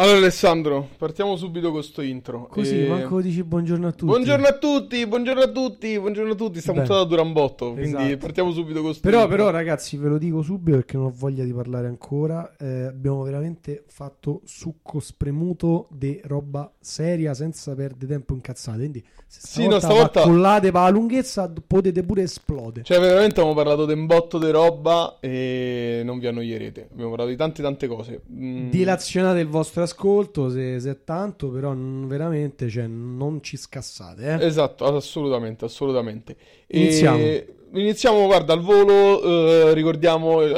Allora Alessandro, partiamo subito con sto intro. Così, E- manco dici buongiorno a tutti. Buongiorno a tutti, buongiorno a tutti, buongiorno a tutti. Sta Bene. puntata dura un botto, quindi Esatto. partiamo subito con sto Però, intro. però, ragazzi, ve lo dico subito perché non ho voglia di parlare ancora. Eh, abbiamo veramente fatto succo spremuto di roba seria senza perdere tempo incazzate. Quindi, se Sì, no, stavolta, stavolta- collate per la lunghezza, potete pure esplodere. Cioè, veramente abbiamo parlato di un botto di roba e non vi annoierete. Abbiamo parlato di tante tante cose. Mm, Dilazionate il vostro ascolto se, se è tanto, però mm, veramente cioè, non ci scassate. Eh. Esatto, assolutamente, assolutamente. E- Iniziamo. Iniziamo, guarda, al volo eh, ricordiamo eh,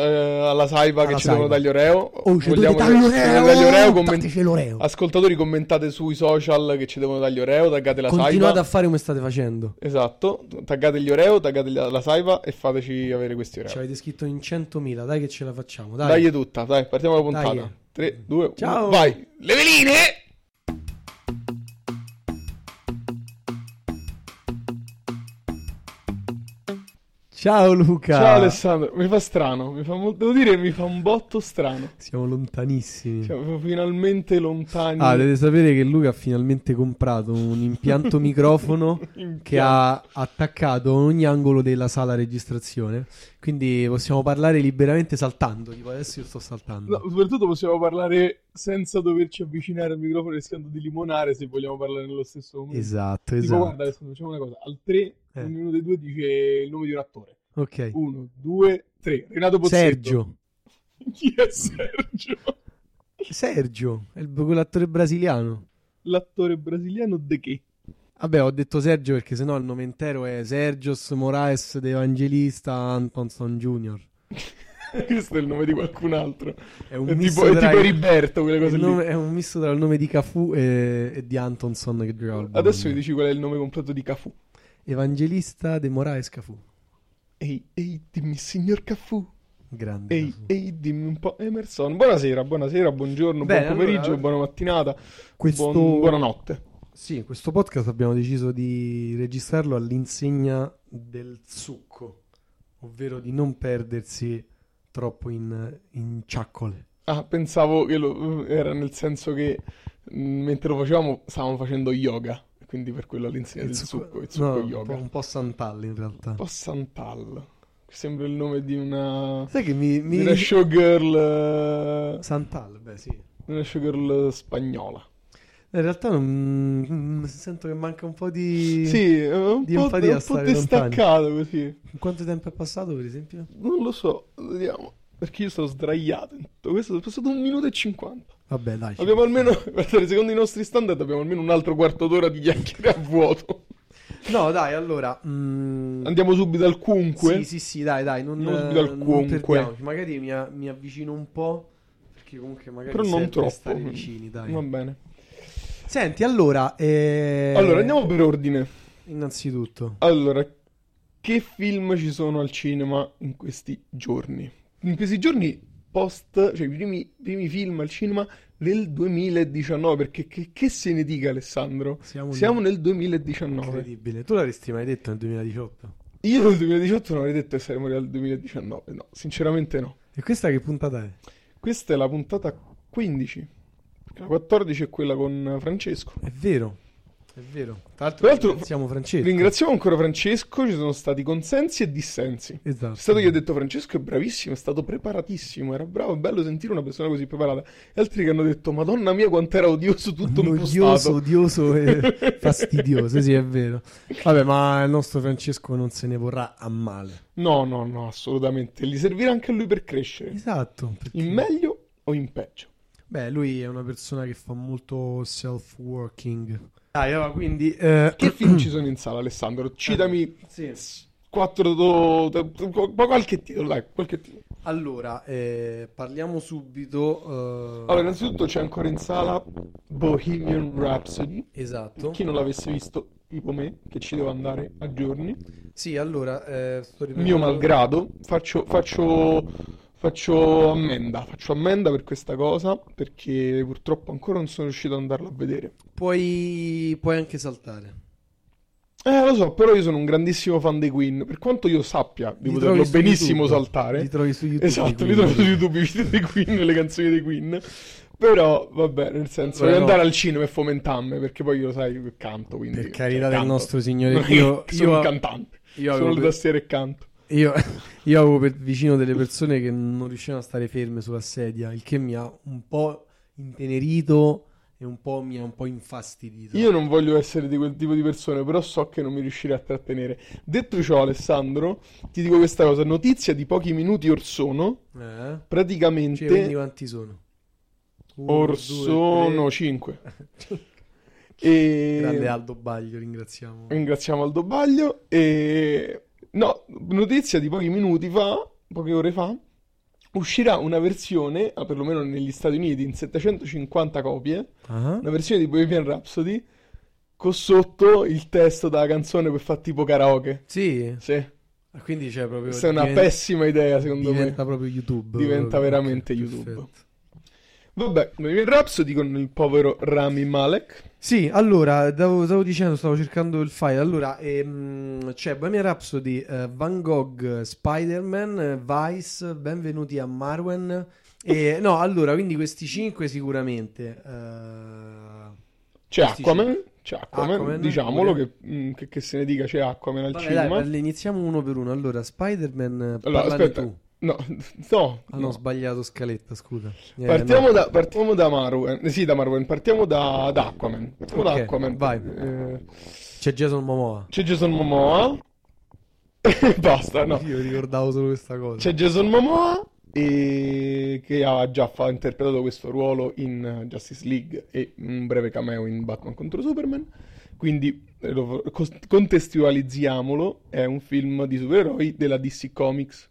alla Saiba Alla che ci devono Saiba. dagli Oreo. Oh, c'è Vogliamo che- l'oreo, dagli Oreo, commen- dateci l'oreo. Ascoltatori, commentate sui social che ci devono dagli Oreo, taggate la Continuate Saiba. a fare come state facendo. Esatto, taggate gli Oreo, taggate la, la Saiba e fateci avere questi Oreo. Ci avete scritto in 100.000, dai che ce la facciamo. Dai. Dai tutta, dai, partiamo la puntata. Dai. 3, 2, 1, Ciao. vai! Le veline! Ciao Luca. Ciao Alessandro, mi fa strano, mi fa molto, devo dire mi fa un botto strano. Siamo lontanissimi. Cioè, proprio finalmente lontani. Ah, dovete sapere che Luca ha finalmente comprato un impianto microfono In che ha attaccato ogni angolo della sala registrazione. Quindi possiamo parlare liberamente saltando. Tipo adesso io sto saltando. No, soprattutto possiamo parlare senza doverci avvicinare al microfono rischiando di limonare se vogliamo parlare nello stesso momento. Esatto, Dico, esatto. guarda, Alessandro, facciamo una cosa. Al 3, Eh. ognuno dei due dice il nome di un attore. ok. 1, 2, 3. Renato Pozzetto. Sergio. Chi è Sergio? Sergio, è il- quell'attore brasiliano. L'attore brasiliano De Che. Vabbè, ho detto Sergio perché sennò il nome intero è Sergios Moraes De Evangelista Antonson Jr. Questo è il nome di qualcun altro. È un È misto tipo, è tra tipo il- Riberto, quelle cose il lì. nome- è un misto tra il nome di Cafu e, e di Antonson che gioca al Bologna. Adesso vi dici qual è il nome completo di Cafu. Evangelista De Moraes Cafu. Ehi, ehi, dimmi signor Cafu. Grande. Ehi, Cafu. ehi, dimmi un po'. Emerson, buonasera, buonasera, buongiorno, Bene, buon pomeriggio, allora- buona mattinata, Questo- buon- buonanotte. Sì, questo podcast abbiamo deciso di registrarlo all'insegna del succo, ovvero di non perdersi troppo in, in ciaccole. Ah, pensavo che lo- era nel senso che mh, mentre lo facevamo stavamo facendo yoga, quindi per quello all'insegna del succo, il succo no, un po', yoga. Un un po' santalli in realtà. po' Santal, sembra il nome di una, Sai che mi... di mi... una showgirl, eh, Santal, beh sì. In una showgirl spagnola. realtà non... mm, sento che manca un po' di... Sì, è un di po', empatia è un po' stare lontani. distaccato così. Quanto tempo è passato per esempio? Non lo so, vediamo, perché io sono sdraiato in tutto questo, è passato un minuto e cinquanta. Vabbè dai. ci Abbiamo almeno, guardate, secondo i nostri standard abbiamo almeno un altro quarto d'ora di chiacchiere a vuoto. No, dai, allora. mm, Andiamo subito al comunque. Sì, sì, sì, dai, dai, non, Non eh, dal non qualunque. perdiamoci. Magari mi, a- mi avvicino un po'. Perché comunque magari Però non serve troppo. stare vicini, dai. Va bene. Senti, allora. eh, Allora, andiamo per ordine. Innanzitutto. Allora, che film ci sono al cinema in questi giorni? In questi giorni post, cioè i primi, primi film al cinema del 2019, perché che, che se ne dica Alessandro? Siamo, Siamo nel nel 2019. incredibile. Tu l'avresti mai detto nel 2018? Io nel 2018 non avrei detto che saremmo al 2019, no, sinceramente no. E questa che puntata è? Questa è la puntata 15. perché La 14 è quella con Francesco. È vero. È vero. Tra l'altro, Tra l'altro, siamo Francesco. Ringraziamo ancora Francesco, ci sono stati consensi e dissensi. È Esatto. stato che ho detto Francesco è bravissimo, è stato preparatissimo, era bravo, è bello sentire una persona così preparata. E altri che hanno detto "Madonna mia, quanto era odioso tutto Noioso, impostato". odioso e fastidioso, sì, è vero. Vabbè, ma il nostro Francesco non se ne vorrà a male. No, no, no, assolutamente. Gli servirà anche a lui per crescere, Esatto. perché- in meglio o in peggio. Beh, lui è una persona che fa molto self-working. Dai, allora, quindi... eh, Che film ci sono in sala, Alessandro? Citami sì. quattro do- ma qualche titolo, dai, qualche titolo. Allora, eh, parliamo subito... eh, Allora, innanzitutto c'è ancora in sala Bohemian Rhapsody. Esatto. Chi non l'avesse visto, tipo me, che ci devo andare a giorni, Sì, allora, eh, sto mio riprendendo- malgrado, faccio, faccio, faccio ammenda, faccio ammenda per questa cosa, perché purtroppo ancora non sono riuscito ad andarlo a vedere. Puoi, puoi anche saltare. Eh, lo so, però io sono un grandissimo fan dei Queen, per quanto io sappia di Li poterlo trovi su benissimo YouTube. saltare. Li trovi su YouTube. Esatto, li quindi. trovo su YouTube, i video dei Queen, le canzoni dei Queen. Però, vabbè, nel senso, voglio Allora, no. andare al cinema e fomentarmi, perché poi io lo sai, io canto, quindi... Per cioè, carità del canto. nostro Non Signore è che Dio, sono io, un cantante, io sono avevo, le per- tastiere e canto. io- io avevo per vicino delle persone che non riuscivano a stare ferme sulla sedia, il che mi ha un po' intenerito e un po' mi ha un po' infastidito. Eh? Io non voglio essere di quel tipo di persone, però so che non mi riuscirei a trattenere. Detto ciò, Alessandro, ti dico questa cosa, notizia di pochi minuti or sono, Eh? Cioè, quindi praticamente quanti sono? Uno, or due, sono tre. 5. E... Grande Aldo Baglio, ringraziamo. Ringraziamo Aldo Baglio e no, notizia di pochi minuti fa, poche ore fa, uscirà una versione, ah, perlomeno negli Stati Uniti, in 750 copie, Ah? una versione di Bohemian Rhapsody con sotto il testo della canzone per fare tipo karaoke. Sì, Ah, Sì, quindi c'è proprio... questa è una diventa- pessima idea secondo me. Diventa proprio YouTube. Diventa proprio. Ok, veramente YouTube. perfetto. Vabbè, Bohemian Rhapsody con il povero Rami Malek. Sì, allora, stavo, stavo dicendo, stavo cercando il file. Allora, ehm, c'è Bohemian Rhapsody, eh, Van Gogh, Spider-Man, eh, Vice, Benvenuti a Marwen. E, no, allora, quindi questi cinque sicuramente. eh, C'è Questi Aquaman, c'è Aquaman, Aquaman, diciamolo pure. che, mm, che- che se ne dica c'è Aquaman al Vabbè, dai, cinema. parli- iniziamo uno per uno. Allora, Spider-Man, eh, Allora, parlane aspetta. tu. No, no, Ah, no, no. ho sbagliato scaletta, scusa. Eh, Partiamo no. da, partiamo da Marwen, eh, sì, da Marwen, partiamo da, da Aquaman. Partiamo da Ok, Aquaman. vai. Eh, C'è Jason Momoa. c'è Jason Momoa. Basta, no. Io ricordavo solo questa cosa. C'è Jason Momoa e- che ha già fa- interpretato questo ruolo in eh, Justice League e un breve cameo in Batman contro Superman. Quindi eh, lo- cos- contestualizziamolo, è un film di supereroi della DC Comics.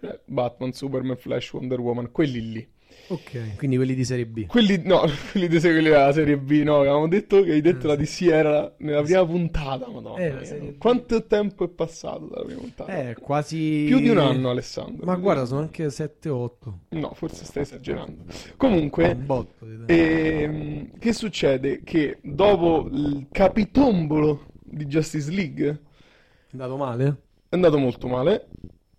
Cioè, Batman, Superman, Flash, Wonder Woman, quelli lì. Ok, quindi quelli di serie B. Quelli, no, quelli di quelli della serie B, no, avevamo detto che hai detto la DC era nella prima puntata, madonna Eh, la mia. serie B. Quanto tempo è passato dalla prima puntata? Eh, quasi... Più di un anno, Alessandro. Ma guarda, sono anche 7-8. No, forse stai esagerando. Comunque, Un botto di tempo. ehm, che succede? Che dopo il capitombolo di Justice League È andato male? è andato molto male,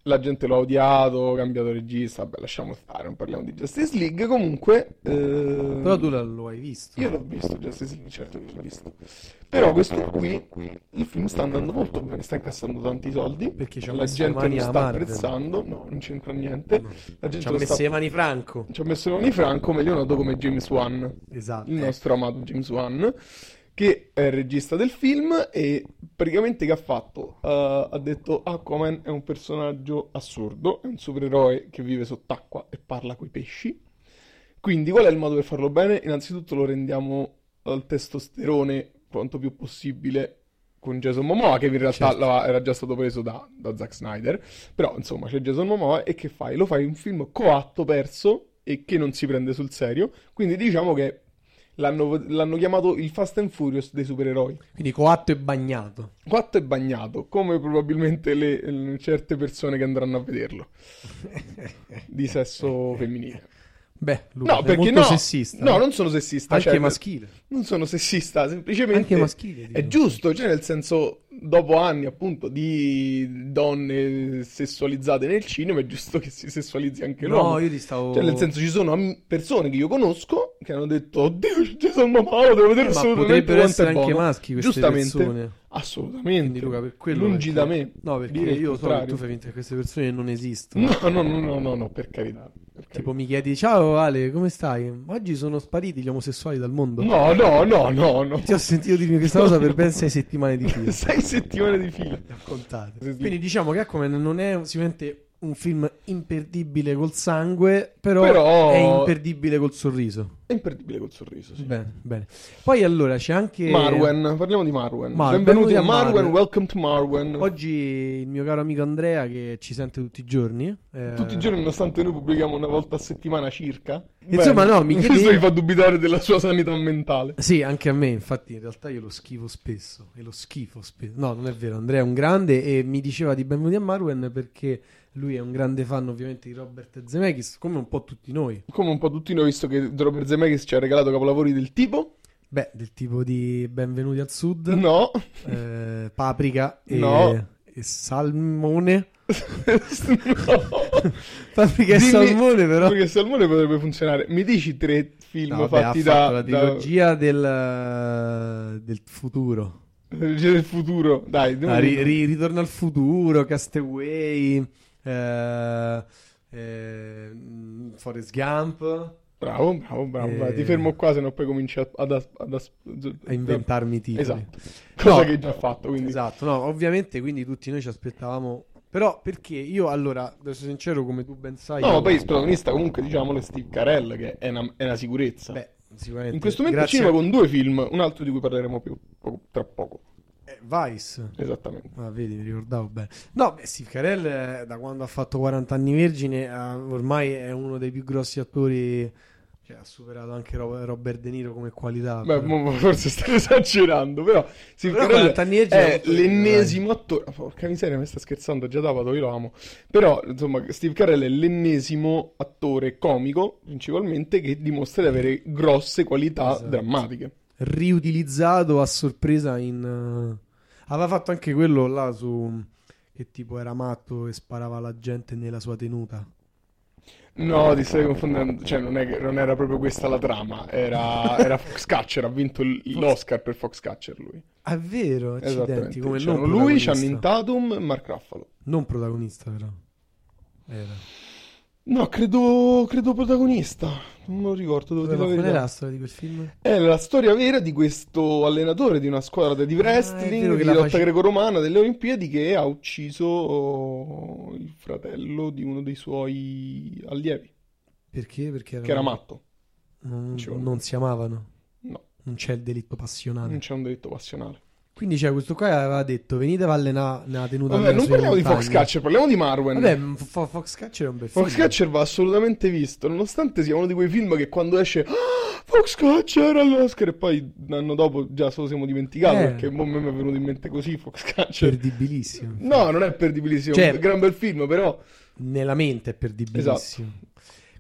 la gente l'ha odiato, ha cambiato regista, vabbè, lasciamo stare, non parliamo di Justice League, comunque... ehm, Però tu la- lo hai visto. Io l'ho visto, Justice League, certo che l'ho visto. Però questo qui, il film sta andando molto bene, sta incassando tanti soldi, Perché ci ha la messo le gente mani lo a sta Marvel. apprezzando, no, non c'entra niente, No. la gente Ci ha lo messo sta... le mani franco. Ci ha messo Leoni Franco, meglio noto come James Wan, Esatto. il nostro amato James Wan, che è il regista del film e praticamente che ha fatto? Eh, ha detto Aquaman è un personaggio assurdo, è un supereroe che vive sott'acqua e parla coi pesci. Quindi qual è il modo per farlo bene? Innanzitutto lo rendiamo al testosterone quanto più possibile con Jason Momoa, che in realtà Certo. la- era già stato preso da, da Zack Snyder. Però, insomma, c'è Jason Momoa e che fai? Lo fai un film coatto, perso e che non si prende sul serio. Quindi diciamo che l'hanno, l'hanno chiamato il Fast and Furious dei supereroi. Quindi coatto e bagnato. Quatto è bagnato, come probabilmente le, le- certe persone che andranno a vederlo, di sesso femminile. Beh, Luca, No, sei perché molto no, sessista. no, eh? non sono sessista, Anche cioè, maschile. non sono sessista, semplicemente... Anche maschile. È dico. giusto, cioè nel senso, dopo anni appunto di donne sessualizzate nel cinema, è giusto che si sessualizzi anche No, l'uomo. io ti stavo... Cioè nel senso ci sono am- persone che io conosco che hanno detto, oddio, c'è Jason Momoa, devo vedere Eh, Ma assolutamente quanto potrebbero è essere anche buono." maschi queste Giustamente. persone. Assolutamente. Quindi Luca, per quello... Lungi perché- da me. No, perché dire il io so che contrario. tu fai finta che queste persone non esistono. No, no, no, no, no, no, per carità. per Tipo mi chiedi, ciao Ale, come stai? Oggi sono spariti gli omosessuali dal mondo. carità. No, no, no, no, no. Ti ho sentito dirmi questa cosa per ben sei settimane di fila. Sei settimane di fila. Raccontate. Sì, sì. Quindi diciamo che Aquaman non è sicuramente un film imperdibile col sangue, però, Però- è imperdibile col sorriso. È imperdibile col sorriso, sì. Bene, bene. Poi allora c'è anche... Marwen, parliamo di Marwen. Mar- Benvenuti benvenuti a a Marwen, Marwen. welcome to Marwen. Oggi il mio caro amico Andrea che ci sente tutti i giorni. eh, Tutti i giorni, nonostante noi pubblichiamo una volta a settimana circa. Insomma, no, mi chiedi- Questo mi fa dubitare della sua sanità mentale. Sì, anche a me, infatti in realtà io lo schifo spesso, e lo schifo spesso. No, non è vero, Andrea è un grande e mi diceva di benvenuti a Marwen perché lui è un grande fan ovviamente di Robert Zemeckis, come un po' tutti noi. Come un po' tutti noi, visto che Robert Zemeckis ci ha regalato capolavori del tipo... Beh, del tipo di Benvenuti al Sud, No. eh, Paprika e, No. e Salmone. No. Fabbrica e Dimmi- Salmone, però. Perché Salmone potrebbe funzionare. Mi dici tre film No, vabbè, fatti ha fatto da, da- la trilogia del, del futuro. La regia del futuro, dai, Ah, ri- dimmi- ri- ritorno al futuro, Castaway, eh, eh, mm, Forrest Gump. bravo, bravo, bravo. vai, Eh. Ti fermo qua, se no poi cominci a- ad, as- ad as- A inventarmi i titoli. Esatto. Cosa No. che hai già fatto, quindi Esatto, no, ovviamente quindi tutti noi ci aspettavamo. Però perché io allora, devo essere sincero, come tu ben sai... No, io- ma poi il protagonista comunque diciamo è Steve Carell che è una, è una sicurezza. Beh, sicuramente... in questo momento il grazie cinema con due film, un altro di cui parleremo più poco- tra poco. Eh, Vice. Esattamente. Ah, vedi, mi ricordavo bene. No, beh, Steve Carell eh, da quando ha fatto 40 anni vergine ah, ormai è uno dei più grossi attori, cioè ha superato anche Ro- Robert De Niro come qualità. Beh, però. mo- forse sto esagerando, però Steve Ah, Però Carell 40 anni e già è molto bene, l'ennesimo attore. ah, Porca miseria, mi sta scherzando, già Dapato, io lo amo. Però, insomma, Steve Carell è l'ennesimo attore comico, principalmente, che dimostra di avere grosse qualità Esatto. drammatiche. riutilizzato a sorpresa in... eh, aveva fatto anche quello là su... che tipo era matto e sparava la gente nella sua tenuta. No, ti stai confondendo, cioè non, è che- non era proprio questa la trama, era, era Foxcatcher, ha vinto il- l'Oscar per Foxcatcher lui. È vero, Esattamente, accidenti, come non c'erano lui, protagonista. Channing Tatum e Mark Ruffalo. Non protagonista però. Era. No, credo, credo protagonista, non me lo ricordo, devo Scusa, dire ma la verità. qual era la storia di quel film? È la storia vera di questo allenatore di una squadra di Ah, è wrestling, vero che di la lotta face- greco-romana delle Olimpiadi che ha ucciso oh, il fratello di uno dei suoi allievi, Perché? Perché che era matto. Non, Ci vuole. non si amavano. No. Non c'è il delitto passionale. Non c'è un delitto passionale. Quindi c'è questo qua che aveva detto venite a allenare nella tenuta Vabbè, nella non sua parliamo di montagna". Foxcatcher, parliamo di Marwen. Vabbè, m- Fo- Foxcatcher è un bel film. Foxcatcher va assolutamente visto, nonostante sia uno di quei film che quando esce "Ah, Foxcatcher all'Oscar e poi un anno dopo già se lo siamo dimenticato Eh. perché mo mi è venuto in mente così Foxcatcher. Perdibilissimo. No, non è perdibilissimo, Cioè- è un gran bel film, però Nella mente è perdibilissimo. Esatto.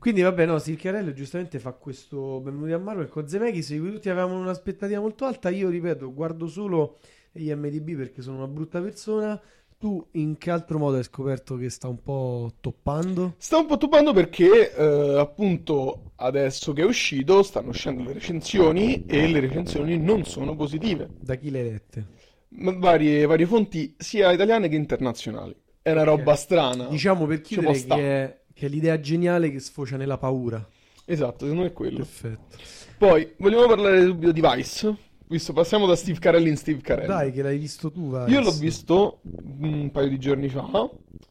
Quindi vabbè, no, Steve Carell giustamente fa questo benvenuti a Marvel con Zemeckis, di cui tutti avevamo un'aspettativa molto alta. Io ripeto, guardo solo IMDb perché sono una brutta persona. Tu in che altro modo hai scoperto che sta un po' toppando? sta un po' tupando perché eh, appunto adesso che è uscito stanno uscendo le recensioni e le recensioni non sono positive. Da chi l'hai lette? Ma Varie, varie fonti sia italiane che internazionali. È una Ok. roba strana. Diciamo per Ci può chiudere sta. che è, che è l'idea geniale che sfocia nella paura. Esatto, se non è quello. Perfetto. Poi, vogliamo parlare subito di Vice? Visto, passiamo da Steve Carell in Steve Carell. Dai, che l'hai visto tu, vai. Io l'ho visto un paio di giorni fa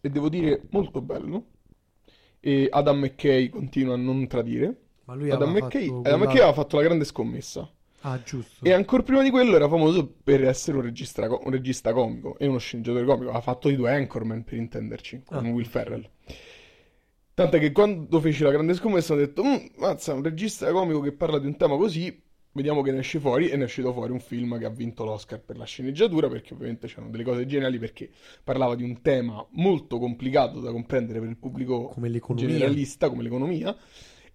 e devo dire molto bello. E Adam McKay continua a non tradire. Ma lui Adam aveva McKay, fatto Adam quella- McKay aveva fatto la grande scommessa. Ah, giusto. E ancora prima di quello era famoso per essere un regista, un regista comico e uno sceneggiatore comico. Ha fatto i due Anchorman, per intenderci, con Ah. Will Ferrell. Tant'è che quando feci la grande scommessa ho detto, "Mm, mazza, un regista comico che parla di un tema così, vediamo che ne esce fuori. E ne è uscito fuori un film che ha vinto l'Oscar per la sceneggiatura, perché ovviamente c'erano delle cose geniali, perché parlava di un tema molto complicato da comprendere per il pubblico Come l'economia. generalista come l'economia.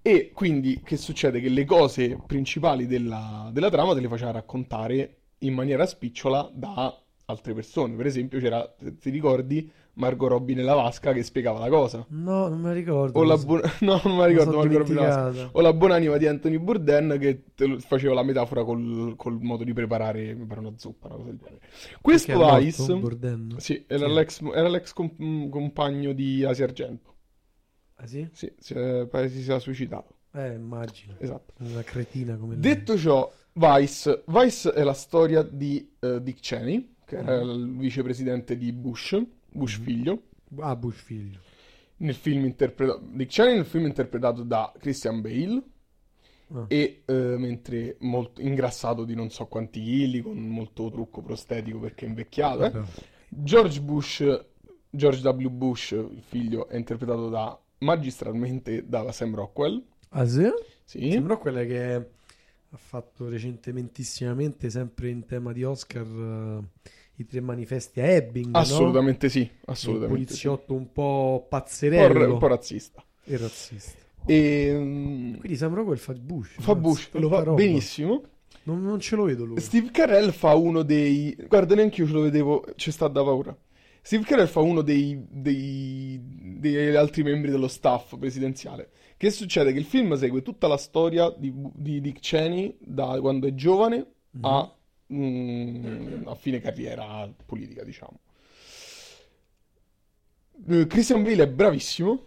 E quindi che succede? Che le cose principali della, della trama te le faceva raccontare in maniera spicciola da altre persone. Per esempio, c'era, te- ti ricordi, Margot Robbie nella vasca che spiegava la cosa. No, non me la ricordo. O la Mi so- buona... No, non me la mi ricordo, so Margot Robbie nella vasca. dimenticata. O la buonanima di Anthony Bourdain che te lo- faceva la metafora col, col modo di preparare, mi pare una zuppa, una cosa del genere. Questo Perché è morto, Ice, Bourdain? sì, era Sì. l'ex, era l'ex com- compagno di Asi Argento. Ah, sì? Sì, si è- pare si sia suicidato. Eh, immagino. Esatto. Una cretina come lui. Detto ciò, Vice. Vice è la storia di eh, Dick Cheney, che era il vicepresidente di Bush, Bush Mhm. figlio, Ah, Bush figlio. nel film interpretato, Dick Cheney nel film interpretato da Christian Bale, Ah. e eh, mentre molto ingrassato di non so quanti chili, con molto trucco prostetico perché è invecchiato, eh. Vabbè. George Bush, George W. Bush, il figlio, è interpretato da, magistralmente da Sam Rockwell, Ah, sì? sì. Sembrò quella che ha fatto recentementissimamente, sempre in tema di Oscar, eh, i tre manifesti a Ebbing, no? Assolutamente sì, Il assolutamente sì. poliziotto Un un po' po' ra- pazzerello un po' razzista. e razzista. E, mm, Quindi Sam Rockwell fa Bush. fa ragazzi, Bush, lo tanta fa roba. benissimo. Non, non ce lo vedo lui. Steve Carell fa uno dei... Guarda, neanche io ce lo vedevo, ci sta da paura. Steve Carell fa uno dei, dei- degli altri membri dello staff presidenziale. Che succede? Che il film segue tutta la storia di, di Dick Cheney da quando è giovane a, mm, a fine carriera politica, diciamo. Eh, Christian Bale è bravissimo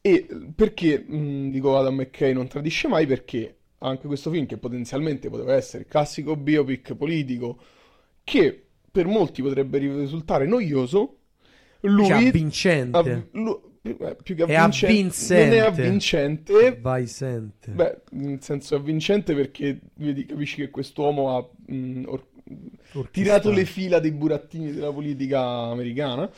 e perché mm, dico Adam McKay non tradisce mai? Perché anche questo film, che potenzialmente poteva essere il classico biopic politico, che per molti potrebbe risultare noioso, lui Cioè, vincente. avv- lu- più eh, più che È avvincente, non è avvincente. avvincente, Vai, sente. beh, nel senso è avvincente perché vedi, capisci che quest'uomo ha mm, or- tirato le fila dei burattini della politica americana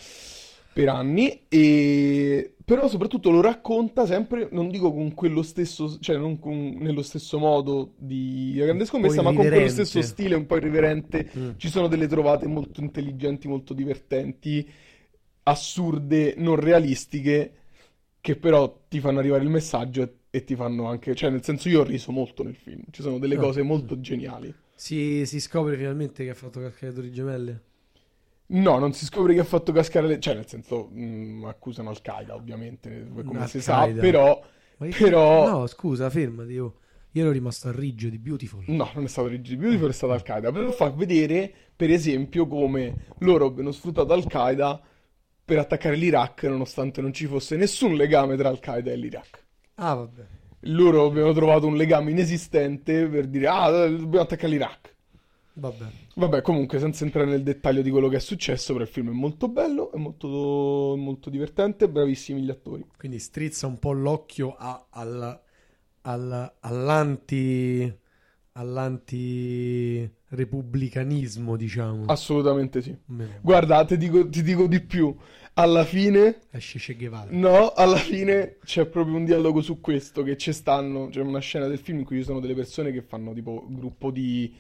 per anni, e... però soprattutto lo racconta sempre, non dico con quello stesso, cioè non con- nello stesso modo di La Grande Scommessa, ma con quello irriverente. stesso stile un po' irriverente. Mm. Ci sono delle trovate molto intelligenti, molto divertenti, assurde, non realistiche, che però ti fanno arrivare il messaggio e, e ti fanno anche, cioè nel senso io ho riso molto nel film, ci sono delle Ah. cose molto geniali. Si, si scopre finalmente che ha fatto Calcolatori Gemelle. No, non si scopre che ha fatto cascare le... cioè nel senso mh, accusano Al-Qaeda ovviamente, come si sa, Al-Qaeda. però Ma io- Però- No, scusa, fermati. oh. Io ero rimasto a riggio di Beautiful. no, non è stato Rigid Beautiful, è stato Al-Qaeda, però fa vedere per esempio come loro abbiano sfruttato Al-Qaeda per attaccare l'Iraq nonostante non ci fosse nessun legame tra Al-Qaeda e l'Iraq. Ah, vabbè. Loro abbiamo trovato un legame inesistente per dire ah, dobbiamo attaccare l'Iraq. Vabbè. Vabbè, comunque, senza entrare nel dettaglio di quello che è successo, però il film è molto bello, è molto, molto divertente, bravissimi gli attori. Quindi strizza un po' l'occhio a- alla- alla- all'anti, all'anti repubblicanismo, Ah. diciamo. Assolutamente sì. Meno male. Guarda, ti dico, ti dico di più. Alla fine, Esce Che Guevara. no, alla fine c'è proprio un dialogo su questo, che ci stanno, c'è una scena del film in cui ci sono delle persone che fanno tipo gruppo di...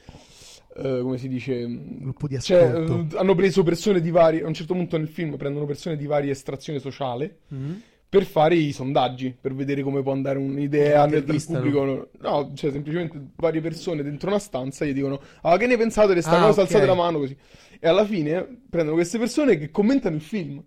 eh, come si dice? Gruppo di Cioè, ascolto. eh, hanno preso persone di varie, a un certo punto nel film prendono persone di varie estrazione sociale. Mhm. per fare i sondaggi, per vedere come può andare un'idea nel, dal Intervistano. pubblico. No, cioè semplicemente varie persone dentro una stanza gli dicono "Ah, che ne pensate di sta Ah, cosa? Alzate ok. la mano così". E alla fine prendono queste persone che commentano il film.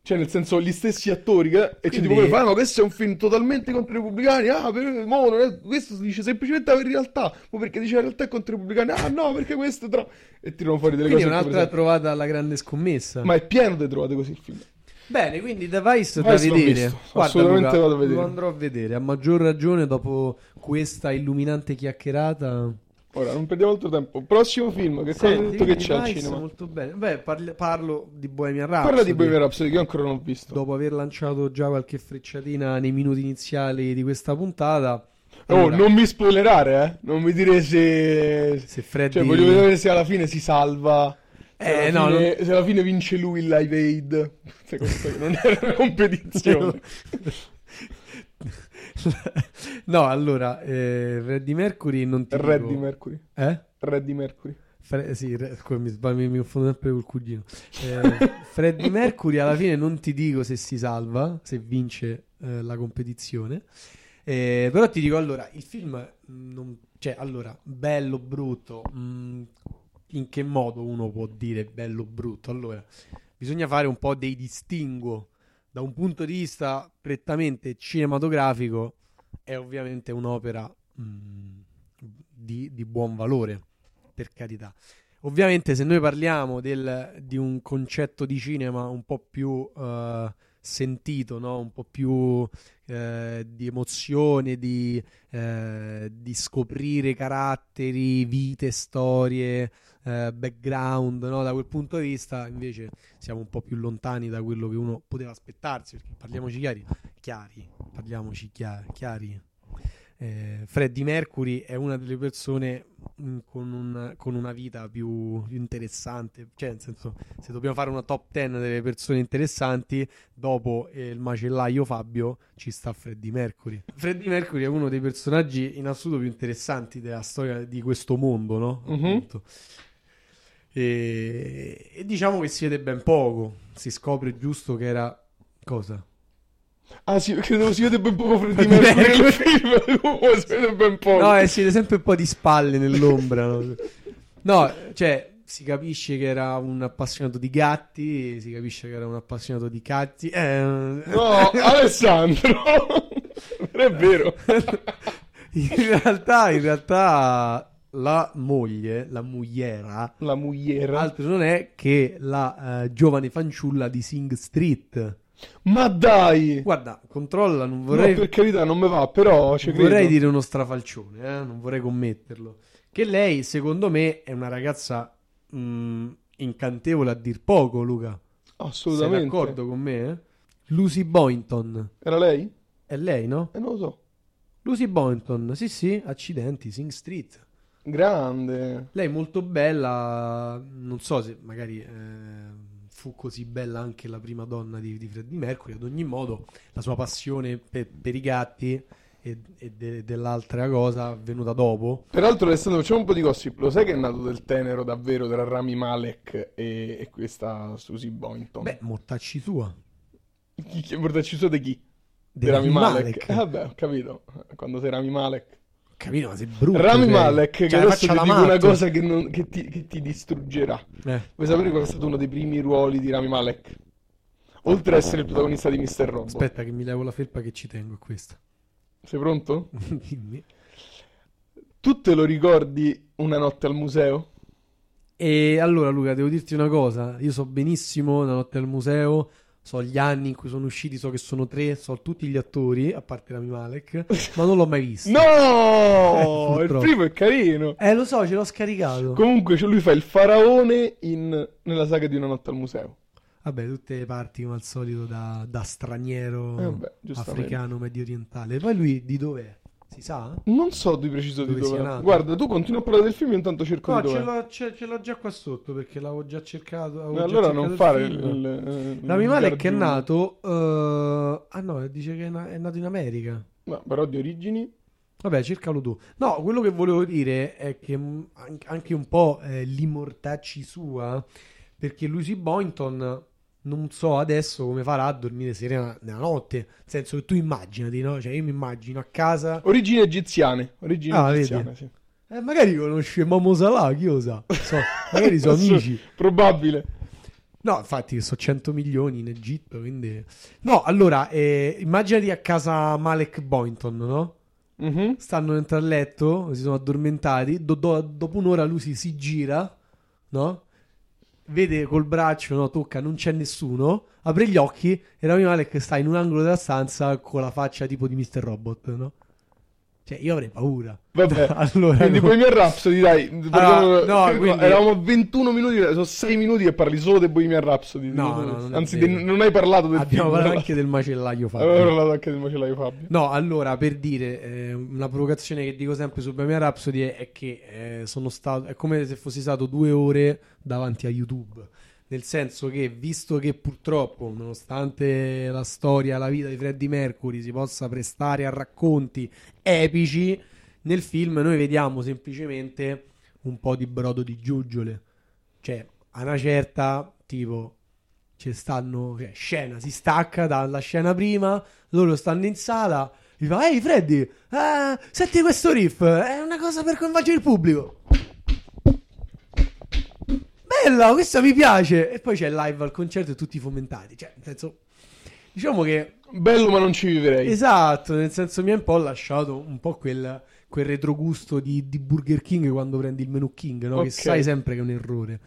Cioè, nel senso, gli stessi attori che, e c'è Quindi- tipo quello che fa, "Ah, ma questo è un film totalmente contro i repubblicani. Ah, per, mo, non è- questo si dice semplicemente per realtà. Ma perché dice la realtà è contro i repubblicani? Ah, no, perché questo è tra-" E tirano fuori delle Quindi è cose. un'altra sempre- trovata alla grande scommessa. Ma è pieno di trovate così il film. Bene, quindi The Vice da Vice l'ho vedere. visto, Guarda, assolutamente Luca, vado a vedere. Lo andrò a vedere, a maggior ragione dopo questa illuminante chiacchierata. Ora, non perdiamo altro tempo. Prossimo film, che cosa hai Senti, detto che quindi c'è al Vice, cinema? Molto bene. Beh, parli- parlo di Bohemian Rhapsody. Parla di Bohemian Rhapsody, che io ancora non ho visto. Dopo aver lanciato già qualche frecciatina nei minuti iniziali di questa puntata. Oh, Allora, non mi spoilerare, eh? Non mi dire se... Se Freddy... Cioè, voglio vedere se alla fine si salva. Se Eh, alla no, fine, non- se alla fine vince lui il Live Aid. Secondo me non era una competizione. no, allora, eh, Freddy Mercury non ti dico- Reddy Mercury. Eh? Reddy Mercury. Fre- sì, re- scusa, mi, sbaglio, mi- mi confondo sempre col cugino. Eh, Freddie Mercury alla fine non ti dico se si salva, se vince eh, la competizione, Eh, però ti dico allora, il film, mh, non- cioè allora, bello, brutto, mh, in che modo uno può dire bello, brutto? Allora, bisogna fare un po' dei distinguo. Da un punto di vista prettamente cinematografico, è ovviamente un'opera mh, di, di buon valore, per carità. Ovviamente, se noi parliamo del- di un concetto di cinema un po' più eh, sentito, no? un po' più eh, di emozione, di, eh, di scoprire caratteri, vite, storie, eh, background, no? da quel punto di vista, invece, siamo un po' più lontani da quello che uno poteva aspettarsi. Perché parliamoci chiari, chiari parliamoci chia- chiari. Eh, Freddie Mercury è una delle persone mh, con, un- con una vita più, più interessante. Cioè, nel senso, se dobbiamo fare una top 10 delle persone interessanti, dopo eh, il macellaio Fabio ci sta Freddie Mercury. Freddie Mercury è uno dei personaggi in assoluto più interessanti della storia di questo mondo, no? Mhm. Appunto. E, e diciamo che si vede ben poco. Si scopre giusto che era cosa? Ah sì, credevo si vede ben poco Freddy Freddie Mercury nel film. Come si vede ben poco. No, eh, si vede sempre un po' di spalle nell'ombra. No, No, cioè, si capisce che era un appassionato di gatti, si capisce che era un appassionato di cazzi. eh, No, Alessandro! non è vero. in realtà, in realtà la moglie, la mugliera, La mugliera. altro non è che la eh, giovane fanciulla di Sing Street. Ma dai! Guarda, controlla, non No, vorrei per carità, non me va, però ci Non credo. vorrei dire uno strafalcione, eh, non vorrei commetterlo. Che lei, secondo me, è una ragazza mh, incantevole a dir poco, Luca. Sei Ah, Assolutamente. d'accordo con me? eh? Lucy Boynton, Era lei? è lei, no? Eh, non lo so. Lucy Boynton, sì, sì, accidenti, Sing Street. Grande. Lei è molto bella, non so se magari eh, fu così bella anche la prima donna di, di Freddie Mercury, ad ogni modo la sua passione per, per i gatti e, e de- dell'altra cosa venuta dopo. Peraltro, Alessandro, facciamo un po' di gossip. Lo sai che è nato del tenero davvero tra Rami Malek e, e questa Susie Boynton? Beh, mortacci sua. Chi, chi, portarci su di chi? Di Dei Rami Malek. Eh, vabbè, ho capito. Quando sei Rami Malek. Capito, ma sei brutto. Rami sei. Malek, Cioè, che la adesso ti faccia da dico matto. una cosa che, non- che ti, che ti distruggerà. Eh, Vuoi sapere qual è stato uno dei primi ruoli di Rami Malek? Oltre ad essere il protagonista di Mr. Robot. aspetta che mi levo la felpa che ci tengo a questa. Sei pronto? Dimmi. Tu te lo ricordi una notte al museo? E allora Luca, devo dirti una cosa. Io so benissimo La notte al museo, so gli anni in cui sono usciti, so che sono tre, so tutti gli attori, a parte Rami Malek, ma non l'ho mai visto. No! il purtroppo. primo è carino. Eh, lo so, ce l'ho scaricato. Comunque cioè, lui fa il faraone in- nella saga di una notte al museo. Vabbè, tutte le parti come al solito da, da straniero Eh, vabbè, giustamente. Mm. africano medio orientale. Poi lui di dov'è? Si sa? Non so di preciso di Dove sia dove. nato. Guarda, tu continua a parlare del film, io intanto cerco No, di dove. ce l'ho, ce- ce l'ho già qua sotto perché l'avevo già cercato. avevo E già Eh, allora cercato non il fare il. eh, film. il- Rami il Malek è gargiulo. nato. eh, Ah no, dice che è, na- è nato in America. No, però di origini. Vabbè, cercalo tu. No, quello che volevo dire è che mh, an- anche un po' eh, l'immortacci sua, perché Lucy Boynton non so adesso come farà a dormire serena nella notte. Nel senso che tu immaginati, no? Cioè, io mi immagino a casa. Origini egiziane. Origini Ah, vedi. egiziane, sì. Eh, magari conosce Momo Salah, chi lo sa? So, magari sono Assu- amici. Probabile. No, infatti che so 100 milioni in Egitto, quindi... No, allora, eh, immaginati a casa Malek Boynton, no? Mhm. Stanno dentro al letto, si sono addormentati, do- do- dopo un'ora lui si, si gira, no? Vede col braccio, no? Tocca, non c'è nessuno, apre gli occhi e Rami Malek sta in un angolo della stanza con la faccia tipo di Mr. Robot, no? Cioè, io avrei paura. Vabbè. Allora, Eh, Quindi no. Bohemian Rhapsody, dai. parliamo- Ah, no, che- quindi- Eravamo a 21 minuti, sono 6 minuti e parli solo di Bohemian Rhapsody. No, no, non è Anzi, vero. de- non hai parlato del abbiamo film. parlato anche del macellaio fatto. Avevo parlato anche del macellaio Fabio. No, allora per dire eh, una provocazione che dico sempre su Bohemian Rhapsody è, è che eh, sono stato è come se fossi stato due ore davanti a YouTube. Nel senso che, visto che purtroppo, nonostante la storia, la vita di Freddie Mercury si possa prestare a racconti epici, nel film noi vediamo semplicemente un po' di brodo di giuggiole. Cioè, a una certa, tipo, ci stanno, cioè, scena, si stacca dalla scena prima, loro stanno in sala, gli fa, ehi Freddy, eh, senti questo riff, è una cosa per coinvolgere il pubblico. Bella, questa mi piace. E poi c'è il live al concerto e tutti fomentati. Cioè, nel senso, diciamo che Bello, ma non ci vivrei. Esatto, nel senso mi ha un po' lasciato un po' quel, quel retrogusto di, di Burger King quando prendi il menu King, no? Ok. che sai sempre che è un errore.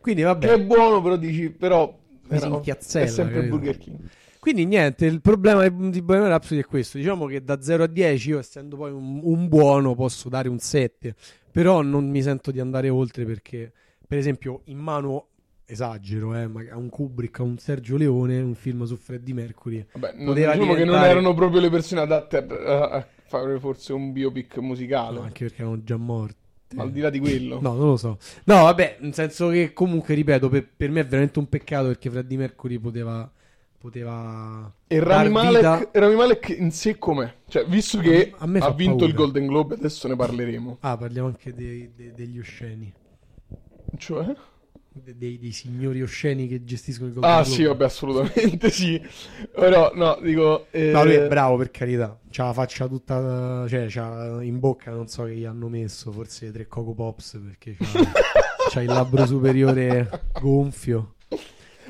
Quindi Che è vabbè, buono, però dici, però. Mi eh, no, sinchiazzella, È sempre il capito? Burger King. quindi niente, il problema di di Bohemian Rhapsody è questo, diciamo che da 0 a 10 io essendo poi un, un buono posso dare un 7, però non mi sento di andare oltre perché per esempio in mano, esagero, eh, ma a un Kubrick, a un Sergio Leone, un film su Freddie Mercury Vabbè, non- Poteva diciamo che non diventare- erano proprio le persone adatte a, a- a fare forse un biopic musicale. No, anche perché erano già morti. Ma al di là di quello, No, non lo so. No, vabbè, nel senso che comunque, ripeto, per, per me è veramente un peccato perché Freddie Mercury poteva... poteva... e Rami dar Malek, vita- Rami Malek in sé com'è? Cioè, visto che A me fa ha vinto il paura. Golden Globe, adesso ne parleremo. Ah, parliamo anche dei- de- degli osceni. Cioè? De- dei, dei signori osceni che gestiscono il Golden Ah, Globe. sì, vabbè, assolutamente sì. Però, no, dico. eh, No, lui è bravo, per carità. C'ha la faccia tutta... Cioè, c'ha in bocca, non so che gli hanno messo, forse tre Coco Pops, perché c'ha... C'hai il labbro superiore gonfio.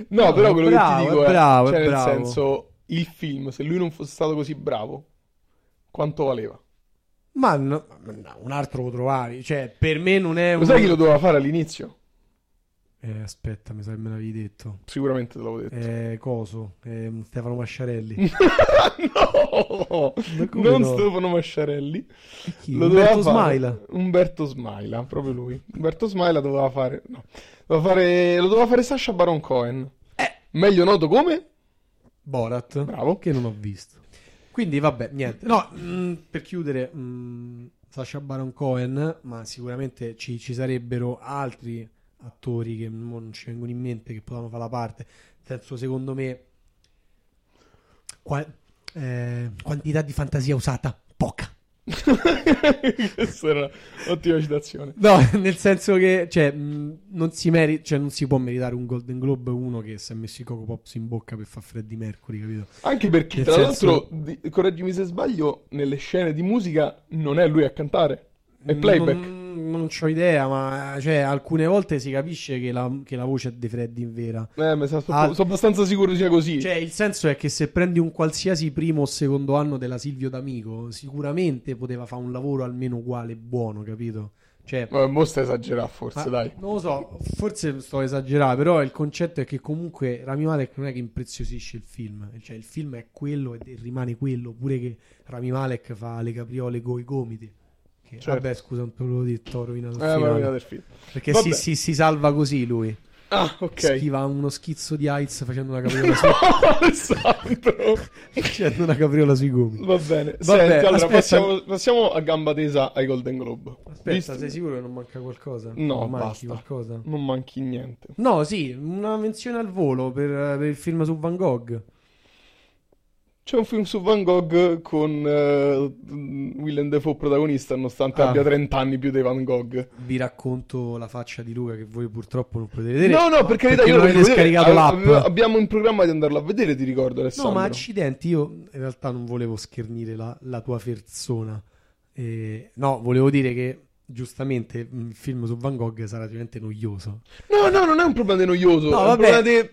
No, No, però è quello bravo, che ti è dico è, bravo, è cioè, nel bravo. senso, il film, se lui non fosse stato così bravo, quanto valeva? Ma no- ma no, un altro lo trovavi. Cioè, per me non è Lo un. sai chi lo doveva fare all'inizio? Eh, aspetta, mi sa che me l'avevi detto. Sicuramente te l'avevo detto. Eh, coso, ehm, Stefano Masciarelli. no! Ma come Non no? Stefano Masciarelli. Chi? Lo Umberto doveva fare- Smaila. Umberto Smaila, proprio lui. Umberto Smaila doveva fare... No. Doveva fare... Lo doveva fare Sasha Baron Cohen. Eh. Meglio noto come? Borat. Bravo. Che non ho visto. Quindi, vabbè, niente. No, mm, per chiudere, mm, Sasha Baron Cohen, ma sicuramente ci, ci sarebbero altri attori che mo non ci vengono in mente che potevano fare la parte. Nel senso, secondo me, qua- eh, quantità di fantasia usata, poca. Questa era un'ottima citazione. No, nel senso che cioè, mh, non, si meri- cioè, non si può meritare un Golden Globe uno che si è messo i Coco Pops in bocca per far Freddy Mercury, capito? Anche perché, Nel tra senso- l'altro, di- correggimi se sbaglio, nelle scene di musica non è lui a cantare, è Mm, playback. Non, non ho idea, ma cioè, alcune volte si capisce che la, che la voce è di Freddy in vera. Eh, ma sa- sto- Ah. sono abbastanza sicuro sia così. Cioè, il senso è che se prendi un qualsiasi primo o secondo anno della Silvio D'Amico, sicuramente poteva fare un lavoro almeno uguale e buono, capito? Cioè, Vabbè, mo sta esagerando forse, Ma- dai. Non lo so, forse sto esagerando, però il concetto è che comunque Rami Malek non è che impreziosisce il film, cioè il film è quello e rimane quello, pure che Rami Malek fa le capriole coi gomiti. Che, Certo. Vabbè, scusa, non te l'ho detto, ho rovinato il Eh, ma finale. rovinato il film. Perché Vabbè. si, si- si salva così lui, Ah, ok. schiva uno schizzo di AIDS facendo una capriola, su- Alessandro. facendo una capriola sui gomiti. Va bene. Vabbè, Senti, allora aspetta. passiamo, passiamo a gamba tesa ai Golden Globe. Aspetta, Visto- sei sicuro che non manca qualcosa? No, Non basta. manchi qualcosa? Non manchi niente. No, sì, una menzione al volo per, per il film su Van Gogh. C'è un film su Van Gogh con eh, Willem Dafoe protagonista, nonostante Ah. abbia 30 anni più di Van Gogh. vi racconto la faccia di Luca che voi purtroppo non potete vedere. No, no, per carità, Perché io non lo avete voglio vedere. scaricato l'app. Ave- Abbiamo in programma di andarlo a vedere, ti ricordo, Alessandro. No, ma accidenti, io in realtà non volevo schernire la, la tua persona. Eh, no, volevo dire che giustamente il film su Van Gogh sarà sicuramente noioso. No, no, non è un problema di noioso. No, è, un vabbè. problema di-